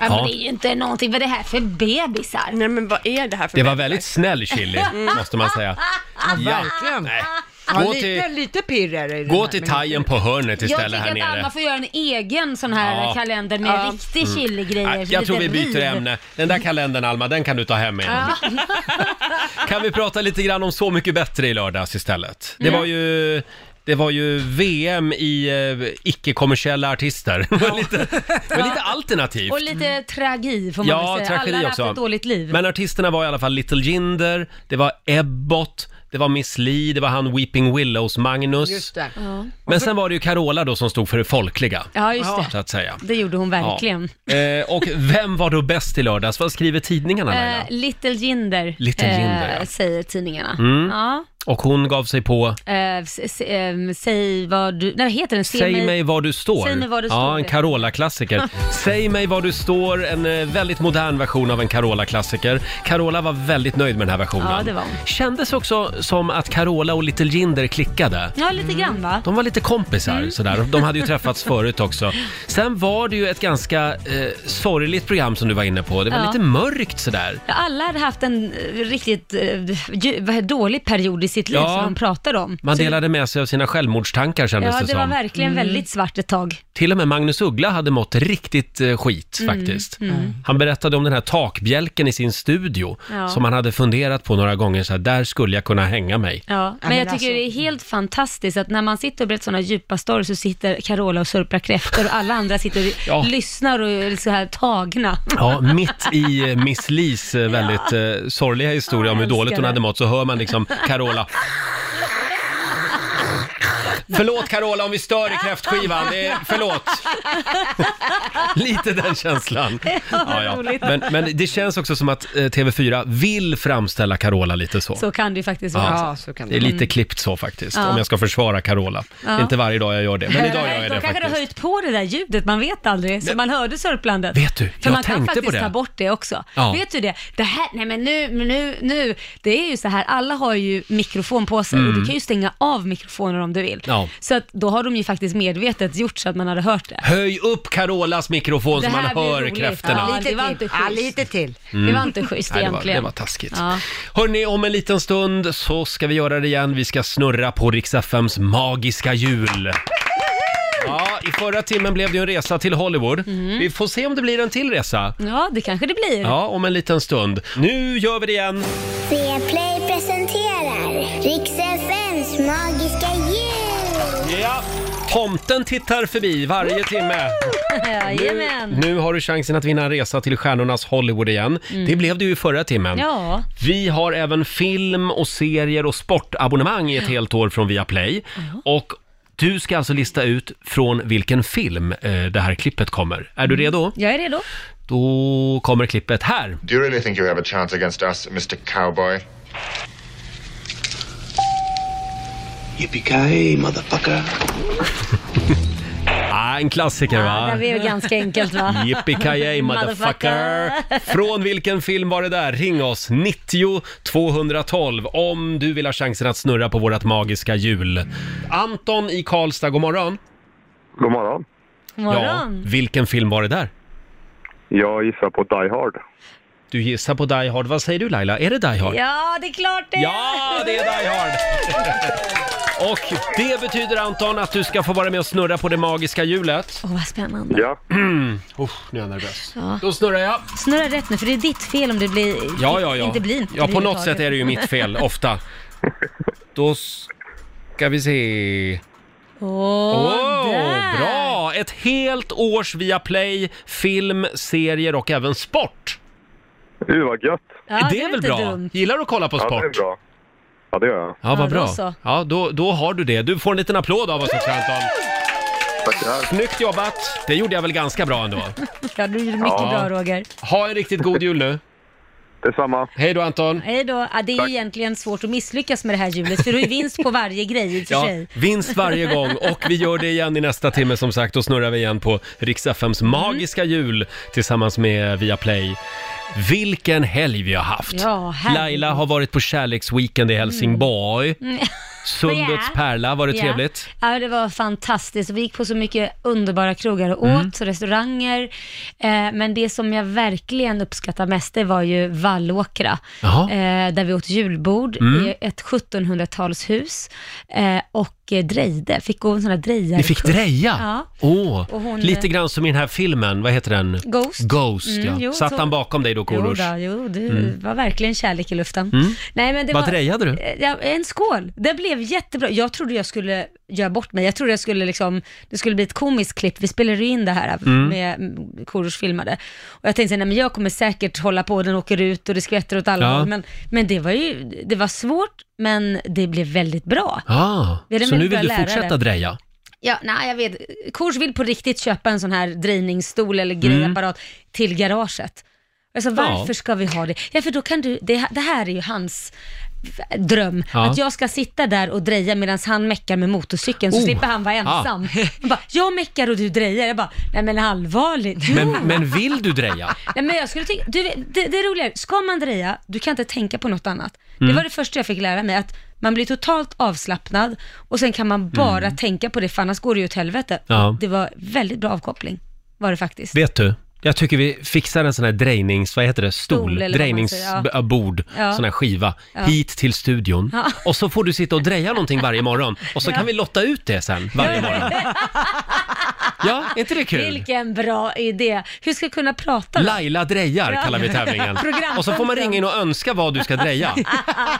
Ja. Ja. Men det är ju inte någonting, vad är det här för bebisar? Nej men vad är det Mm. här det var väldigt snäll chili, måste man säga. verkligen. Nej. Ja, Gå lite, till, lite pirr är det i den gå här, till men- thaien på hörnet Jag istället här tycker att nere. Alma får göra en egen sån här Ja. kalender med Ja. riktig Mm. chili-grejer. Nej, så Jag lite tror vi byter liv. ämne. Den där kalendern Alma, den kan du ta hem igen. Ja. [laughs] Kan vi prata lite grann om Så mycket bättre i lördags istället? Det Mm. var ju... Det var ju VM i eh, icke-kommersiella artister. Det var lite, det var lite alternativt. Och lite tragi får man Mm. Ja, väl säga. tragedi Alla har också. haft ett dåligt liv. Men artisterna var i alla fall Little Jinder, det var Ebbot, det var Miss Li, det var han Weeping Willows-Magnus. Just det. Ja. Men sen var det ju Carola då som stod för det folkliga. Ja, just det. Så att säga. Det gjorde hon verkligen. Ja. Eh, och vem var då bäst i lördags? Vad skriver tidningarna Laila? Eh, Little Jinder, Little Jinder, eh, ja. säger tidningarna. Mm. Ja. Och hon gav sig på Eh, s- s- ehm, säg vad du... Nej, vad heter den? Säg mig, var du står. Säg mig var du Ja, står. [laughs] en Carola-klassiker. Säg mig var du står, en eh, väldigt modern version av en Carola-klassiker. Carola var väldigt nöjd med den här versionen. Ja, det var hon. Kändes också som att Carola och Little Jinder klickade. Ja, lite grann va? De var lite kompisar Mm. sådär. De hade [laughs] ju träffats förut också. Sen var det ju ett ganska eh, sorgligt program som du var inne på. Det var Ja. lite mörkt sådär. Ja, Alla hade haft en eh, riktigt eh, ju- vad- dålig period i sitt liv Ja. som de pratade om. Man Så- delade med sig av sina självmordstankar kändes Ja, det det som. Mm. var verkligen väldigt svart ett tag. Till och med Magnus Uggla hade mått riktigt eh, skit Mm, faktiskt. mm. Han berättade om den här takbjälken i sin studio Ja. som han hade funderat på några gånger. Så här, där skulle jag kunna hänga mig. Ja, men men jag tycker alltså- det är helt fantastiskt att när man sitter och berättar sådana djupa stories så sitter Carola och sörplar kräftor och alla andra sitter och Ja. lyssnar och är så här tagna. Ja, mitt i eh, Miss Lis eh, väldigt eh, sorgliga historia om hur älskar dåligt hon det. hade mått så hör [laughs] man liksom Carola. Förlåt Carola om vi stör i kräftskivan, det är, förlåt. [laughs] Lite den känslan. [laughs] Ja, vad roligt. Men, men det känns också som att eh, TV4 vill framställa Carola lite så. Så kan det ju faktiskt Ja. vara. Det är lite klippt så faktiskt, Ja. om jag ska försvara Carola. Ja. Inte varje dag jag gör det, men idag gör jag Eh, De det kanske hade faktiskt. höjt på det där ljudet, man vet aldrig. Så man hörde sörplandet. Vet du, För jag man kan tänkte på faktiskt det. ta bort det också. Ja. Vet du det? Det här, nej men nu, men nu, nu. Det är ju så här, alla har ju mikrofon på sig och Mm. du kan ju stänga av mikrofoner om du vill. Ja. Så att då har de ju faktiskt medvetet gjort så att man hade hört det. Höj upp Carolas mikrofon Det så man här blir hör roligt. kräftorna. Ja, det var inte schysst. lite till. Mm. Det var inte schysst Nej, det var- egentligen. det var taskigt. Ja. Hörni, om en liten stund så ska vi göra det igen. Vi ska snurra på Rix FMs magiska hjul. Ja, i förra timmen blev det ju en resa till Hollywood. Mhm. Vi får se om det blir en till resa. ja, det kanske det blir. Ja, om en liten stund. Nu gör vi det igen. Viaplay presenterar Riks-FMs magiska jul. Ja, Tomten tittar förbi varje timme. Jajamän. Nu har du chansen att vinna en resa till stjärnornas Hollywood igen. Mm. Det blev det ju i förra timmen. Ja. Vi har även film och serier och sportabonnemang i ett helt år från Viaplay. Och du ska alltså lista ut från vilken film eh, det här klippet kommer. Är Mm. du redo? Jag är redo. Då kommer klippet här. Do you really think you have a chance against us, Mr. Cowboy? Yippee motherfucker. ah, en klassiker Det va? här blev ju ganska enkelt va? Yippee motherfucker. Från vilken film var det där? Ring oss, 90 212 om du vill ha chansen att snurra på vårt magiska hjul. Anton i Karlstad, god morgon. God morgon. Ja, vilken film var det där? Jag gissar på Die Hard. Du gissar på Die Hard. Vad säger du Laila? Är det Die Hard? Ja, det är klart det Ja, det är Die Hard! [laughs] Och det betyder Anton att du ska få vara med och snurra på det magiska hjulet. Åh, vad spännande. Ja. nu är jag nervös. Ja. Då snurrar jag. Snurra rätt nu, för det är ditt fel om det blir... Ja, ja, ja. Inte blir ja, på blir något taget. sätt är det ju mitt fel, ofta. Då ska vi se... Åh, Åh, där! bra! Ett helt års via play, film, serier och även sport. Du, vad gött. Ja, det det är är väl inte bra? dumt. Gillar du att kolla på sport? Ja, det är bra. Ja, det gör jag. Ja, Ja, vad då bra. så. Ja, då, då har du det. Du får en liten applåd av oss också, Anton. Snyggt jobbat! Det gjorde jag väl ganska bra ändå. Ja, du gjorde mycket Ja. bra Roger. Ha en riktigt god jul nu. Detsamma. Hej då Anton. Hej då. Ja, det är Tack. ju egentligen svårt att misslyckas med det här hjulet, för du har ju vinst på varje grej i och för Ja, sig. [laughs] vinst varje gång och vi gör det igen i nästa timme som sagt. Då snurrar vi igen på Rix FMs Mm. magiska jul tillsammans med Viaplay. Vilken helg vi har haft! Ja, herregud. Laila har varit på kärleksweekend i Helsingborg. Mm. [laughs] Sundets pärla, var det Ja. trevligt? Ja, det var fantastiskt. Vi gick på så mycket underbara krogar och åt, Mm. och restauranger. Eh, men det som jag verkligen uppskattar mest, det var ju Vallåkra. Jaha. Eh, där vi åt julbord Mm. i ett 1700-talshus. Eh, och eh, drejde, fick gå en sån här drejare. Ni fick dreja? Ja. Åh, Och hon- lite grann som i den här filmen, vad heter den? Ghost. Ghost, Mm, ja. jo, Satt så- han bakom dig då, Jo, Korosh? då, jo, det Mm. var verkligen kärlek i luften. Mm. Nej, men det Vad var, drejade du? Eh, Ja, en skål. Det blev jättebra. Jag trodde jag skulle göra bort mig. Jag trodde jag skulle liksom, det skulle bli ett komiskt klipp. Vi spelade ju in det här Mm. med Korosh filmade. Och jag tänkte så här, nej men jag kommer säkert hålla på, den åker ut och det skvätter åt alla Ja. håll. Men, men det var ju, det var svårt, men det blev väldigt bra. Ah, Vi hade en så nu väldigt vill bra du lärare. fortsätta dreja? Ja, nej jag vet. Kors vill på riktigt köpa en sån här drejningsstol eller grejapparat Mm. till garaget. Alltså varför ska vi ha det? Ja, för då kan du, det, det här är ju hans dröm. Ja. Att jag ska sitta där och dreja medan han meckar med motorcykeln så Oh. slipper han vara ensam. Han bara, jag meckar och du drejar. Jag bara, nej men allvarligt. Jo. Men, men vill du dreja? Nej, men jag skulle tänka, du, vet, det, det är roligare, ska man dreja, du kan inte tänka på något annat. Mm. Det var det första jag fick lära mig, att man blir totalt avslappnad och sen kan man bara Mm. tänka på det, för annars går det ju åt helvete. Ja. Det var väldigt bra avkoppling, var det faktiskt. Vet du? Jag tycker vi fixar en sån här drejnings... Vad heter det? Stol? Stol, eller vad man säger, ja. Drejningsbord. Ja. Sån här skiva. Ja. Hit till studion. Ja. [laughs] Och så får du sitta och dreja någonting varje morgon. Och så Ja. kan vi lotta ut det sen, [laughs] varje morgon. Ja, är inte det kul? Vilken bra idé. Hur ska jag kunna prata då? Laila drejar Ja. kallar vi tävlingen. Programpunkten. Och så får man ringa in och önska vad du [laughs] ska dreja.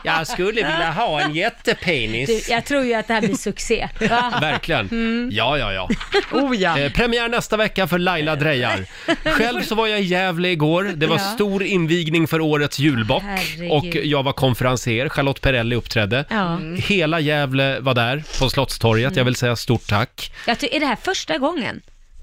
Jag skulle vilja ha en jättepenis. Du, jag tror ju att det här blir [laughs] succé. Va? Verkligen. Mm. Oh, Ja, ja, [laughs] ja. Eh, premiär nästa vecka för Laila Drejar. Själv så var jag i Gävle igår. Det var Ja. stor invigning för årets julbock. Herregud. Och jag var konferenser. Charlotte Perrelli uppträdde. Ja. Hela Gävle var där på Slottstorget. Jag vill säga stort tack. Jag ty- är det här första gången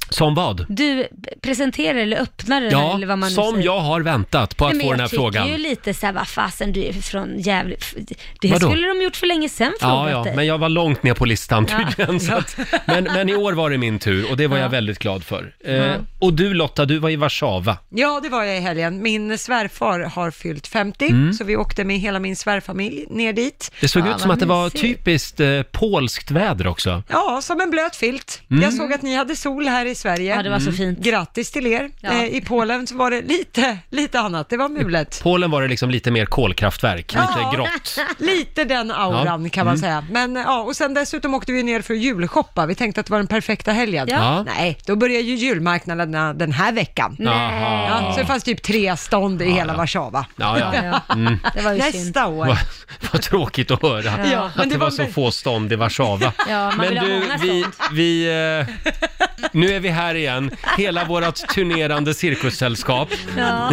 Som vad? du presenterar eller öppnar den här, Ja, eller vad man nu som säger? jag har väntat på att Nej, men få den här jag frågan. tycker ju lite såhär, vad fasen du är från Gävle. F- Det Vadå? skulle de gjort för länge sedan Ja, frågat ja, dig. men jag var långt ner på listan Ja. tydligen. [laughs] Så att, men, men i år var det min tur och det var jag väldigt glad för. Eh, Ja. Och du Lotta, du var i Warszawa. Ja, det var jag i helgen. Min svärfar har fyllt 50, Mm. så vi åkte med hela min svärfamilj ner dit. Det såg Ja, ut som vad att det var mysigt. typiskt eh, polskt väder också. Ja, som en blöt filt. Mm. Jag såg att ni hade sol här i Sverige. Ja, det var så Mm. fint. Grattis till er. Ja. Eh, I Polen så var det lite, lite annat, det var mulet. Polen var det liksom lite mer kolkraftverk, lite grått. Lite den auran Ja. kan man Mm. säga. Men ja, och sen dessutom åkte vi ner för att julshoppa. Vi tänkte att det var den perfekta helgen. Ja. Ja. Nej, då börjar ju julmarknaderna den här veckan. Jaha. Ja, så det fanns typ tre stånd i hela Warszawa. [laughs] Ja, ja. Mm. Det var ju synd. Nästa år. [laughs] Vad, vad tråkigt att höra Ja, men att det det var var så väl- få stånd i Warszawa. Ja, man men vill ha du, många vi, vi, eh, nu är vi här igen, hela vårt turnerande cirkussällskap. [laughs] Ja.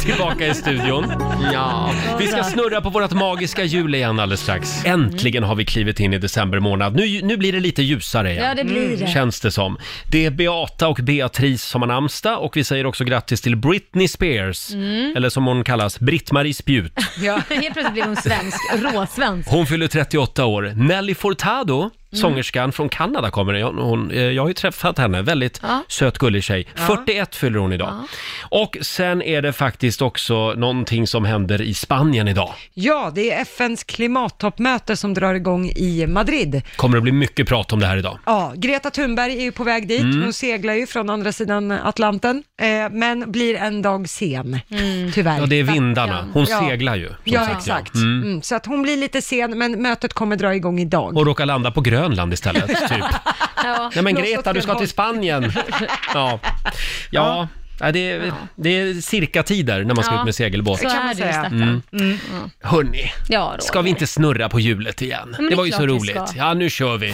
Tillbaka i studion. Ja. Vi ska snurra på vårt magiska hjul igen alldeles strax. Äntligen har vi klivit in i december månad. Nu, nu blir det lite ljusare igen. Ja, det blir det. Känns det som. Det är Beata och Beatrice som har namnsdag och vi säger också grattis till Britney Spears. Mm. Eller som hon kallas, Britt-Marie Spjut. Ja. Helt plötsligt blev hon [laughs] svensk, råsvensk. Hon fyller 38 år. Nelly Furtado, Mm. sångerskan från Kanada kommer det. Hon, hon, eh, jag har ju träffat henne, väldigt Ja. söt gullig tjej. Ja. 41 fyller hon idag. Och sen är det faktiskt också någonting som händer i Spanien idag. Ja, det är FNs klimattoppmöte som drar igång i Madrid. Kommer det bli mycket prat om det här idag. Ja, Greta Thunberg är ju på väg dit. Mm. Hon seglar ju från andra sidan Atlanten, eh, men blir en dag sen, tyvärr. Ja, det är vindarna. Hon Ja. seglar ju. som Ja, sagt, exakt. Mm. Mm. Så att hon blir lite sen, men mötet kommer dra igång idag. Och råkar landa på Grönland [laughs] istället, typ. Ja. Nej men Greta, du ska [laughs] till Spanien. Ja, ja. ja. Det, är, det är cirka tider när man ska Ja, ut med segelbåt. så är det ju, stackarn. Mm. Mm. Hörni, Ja, Roger. Ska vi inte snurra på hjulet igen? Men det Det är var ju så klart vi ska. roligt. Ja, nu kör vi.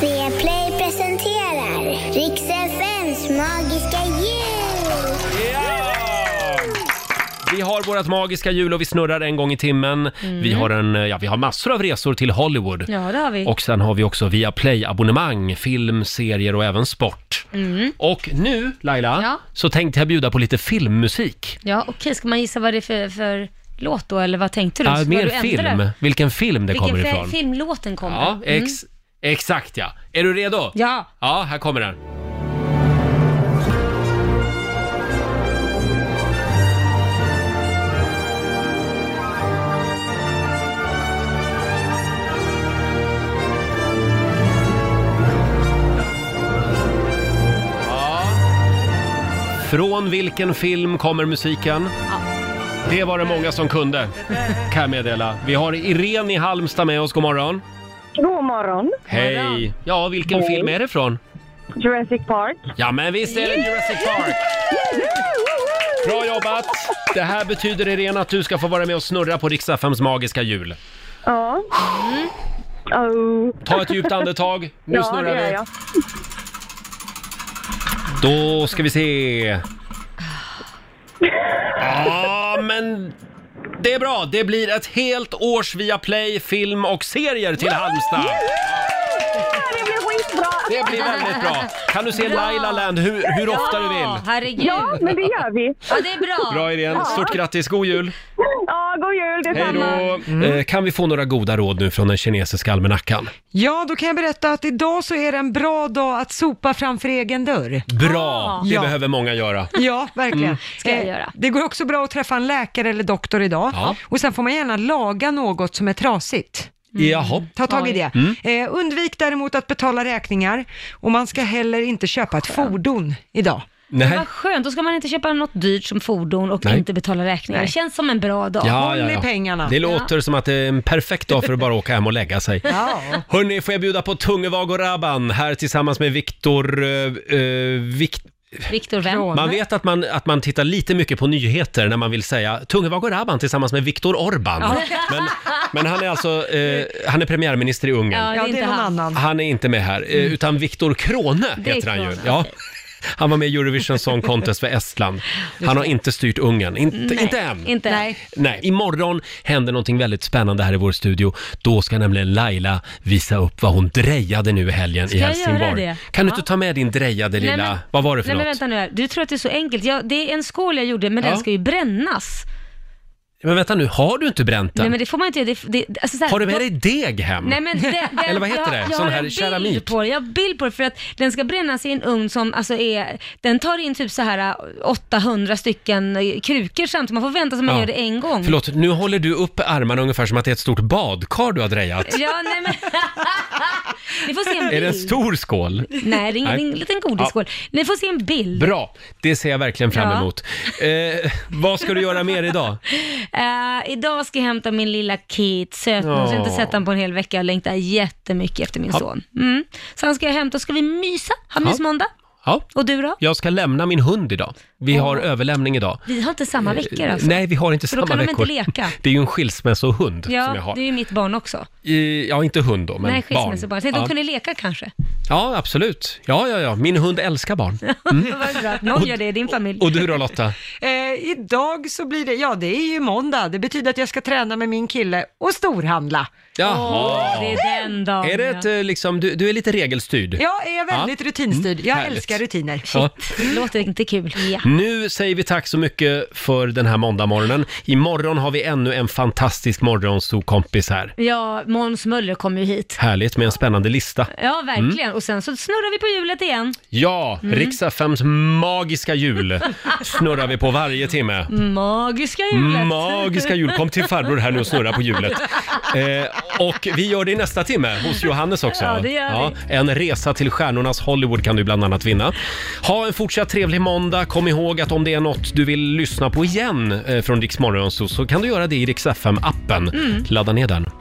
Viaplay presenterar Rix FMs magiska jul! Vi har vårt magiska hjul och vi snurrar en gång i timmen. Mm. Vi, har en, ja, vi har massor av resor till Hollywood. Ja, det har vi. Och sen har vi också via Play-abonnemang, film, serier och även sport. Mm. Och nu, Laila, Ja. så tänkte jag bjuda på lite filmmusik. Ja, okej, ska man gissa vad det är för, för låt då, eller vad tänkte du? Ja, Vad mer du ändrar? film. Vilken film det Vilken kommer fe- ifrån. filmlåten kommer? Mm. Ja, eh, ex- exakt ja. Är du redo? Ja. Ja, här kommer den. Ja. Från vilken film kommer musiken? Det var det många som kunde, kan jag meddela. Vi har Irene i Halmstad med oss, god morgon. God morgon. Hej! Ja, vilken Hej. film är det från? Jurassic Park. Ja, men visst är det Jurassic Park! Bra jobbat! Det här betyder Irene att du ska få vara med och snurra på Rix FMs magiska hjul. Ja. Oh. Ta ett djupt andetag. Mm. Nu ja, snurrar det gör vi. jag. Då ska vi se. Ja, men det är bra. Det blir ett helt års via play, film och serier till Halmstad. Det blir skitbra. Det blir väldigt bra. Kan du se Bra. Laila Land hur, hur ofta du Ja, vill? herregud. Ja, men det gör vi. Ja, det är bra. Bra Irene, stort grattis, god jul! Ja, god jul Hej detsamma. då! Eh, Kan vi få några goda råd nu från den kinesiska almanackan? Ja, då kan jag berätta att idag så är det en bra dag att sopa framför egen [laughs] dörr. Ah. Bra! Det Ja. behöver många göra. Ja, verkligen. Eh, Mm. Ska jag göra. Det går också bra att träffa en läkare eller doktor idag. Ja. Och sen får man gärna laga något som är trasigt. Mm. Jaha. Ta tag i det. Mm. Eh, undvik däremot att betala räkningar och man ska heller inte köpa ett fordon idag. Nej. Vad skönt, då ska man inte köpa något dyrt som fordon och Nej. inte betala räkningar. Nej. Det känns som en bra dag. Det låter som att det är en perfekt dag för att bara åka hem och lägga sig. Ja. Hörni, får jag bjuda på Tungevag och Rabban här tillsammans med Viktor... eh, eh, Vikt- Viktor vem? man vet att man, att man tittar lite mycket på nyheter när man vill säga Tungevag och Rabban tillsammans med Viktor Orban. Ja. Men, men han är alltså eh, han är premiärminister i Ungern. Ja, det är Ja, det är inte någon han. annan. Han är inte med här, eh, utan Viktor Krone Mm. Det är heter han ju. Krone, Ja. Han var med i Eurovision Song Contest för Estland. Han har inte styrt Ungern, inte, Nej, inte än. Inte Nej. Nej, imorgon händer någonting väldigt spännande här i vår studio. Då ska nämligen Laila visa upp vad hon drejade nu i helgen Ska i jag Helsingborg. göra det? Kan du Ja. inte ta med din drejade lilla... vad var det för nej, något? Men vänta nu här. Du tror att det är så enkelt. Ja, det är en skål jag gjorde, men Ja. den ska ju brännas. Men vänta nu, har du inte bränt den? Nej men det får man inte göra. Det, det, alltså så här- Har du med dig deg hem? Nej, men det, det, Eller vad heter jag, det? Jag Sån har här en keramik? bild på det. Jag har bild på det för att den ska brännas i en ugn som alltså är, den tar in typ så här äh, 800 stycken äh, krukor samtidigt. Man får vänta så man Ja. gör det en gång. Förlåt, nu håller du upp armarna ungefär som att det är ett stort badkar du har drejat. Ja, nej men. [laughs] Ni får se en bild. Är det en stor skål? [laughs] Nej, det är ingen en liten godisskål. Ni får se en bild. Bra, det ser jag verkligen fram Ja. emot. Eh, vad ska du göra mer idag? Eh, idag ska jag hämta min lilla Kit, söt. Jag har inte Ja. sett honom på en hel vecka. Jag längtar jättemycket efter min Ja. son. Mm. Sen ska jag hämta, ska vi mysa, ha Ja. mysmåndag. Ja. Och du då? Jag ska lämna min hund idag. Vi har överlämning idag. Vi har inte samma veckor alltså. Eh, Nej, vi har inte För samma då kan veckor. de inte leka. [laughs] Det är ju en skilsmässohund Ja, som jag har. det är ju mitt barn också. I- Ja, inte hund då, men Nej, barn. skilsmässobarn. Tänk, ja. de kunde leka kanske. ja, absolut. Ja, ja, ja. Min hund [laughs] älskar barn. Vad bra att någon gör det i din familj. Och du då Lotta? Eh, idag så blir det, ja det är ju måndag, det betyder att jag ska träna med min kille och storhandla. Jaha. Åh, det är den dagen, Är det ett, eh, liksom, du, du är lite regelstyrd? Jag är väldigt rutinstyrd, jag Mm. härligt. älskar rutiner. Ja. Låter inte kul. Ja. Nu säger vi tack så mycket för den här måndagmorgonen. Imorgon har vi ännu en fantastisk morgonsokompis här. Ja, Måns Möller kom ju hit. Härligt med en spännande lista. Ja, verkligen. Mm. Och sen så snurrar vi på hjulet igen. Ja, Mm. Rix FMs [laughs] magiska jul snurrar vi på varje timme. Magiska hjulet. Magiska jul. Kom till farbror här nu och snurra på hjulet. Eh, och vi gör det i nästa timme hos Johannes också. Ja, det gör vi. en resa till stjärnornas Hollywood kan du bland annat vinna. Ha en fortsatt trevlig måndag. Kom ihåg att om det är något du vill lyssna på igen eh, från Rix Morgonzoo så kan du göra det i Rix FM-appen. Mm. Ladda ner den.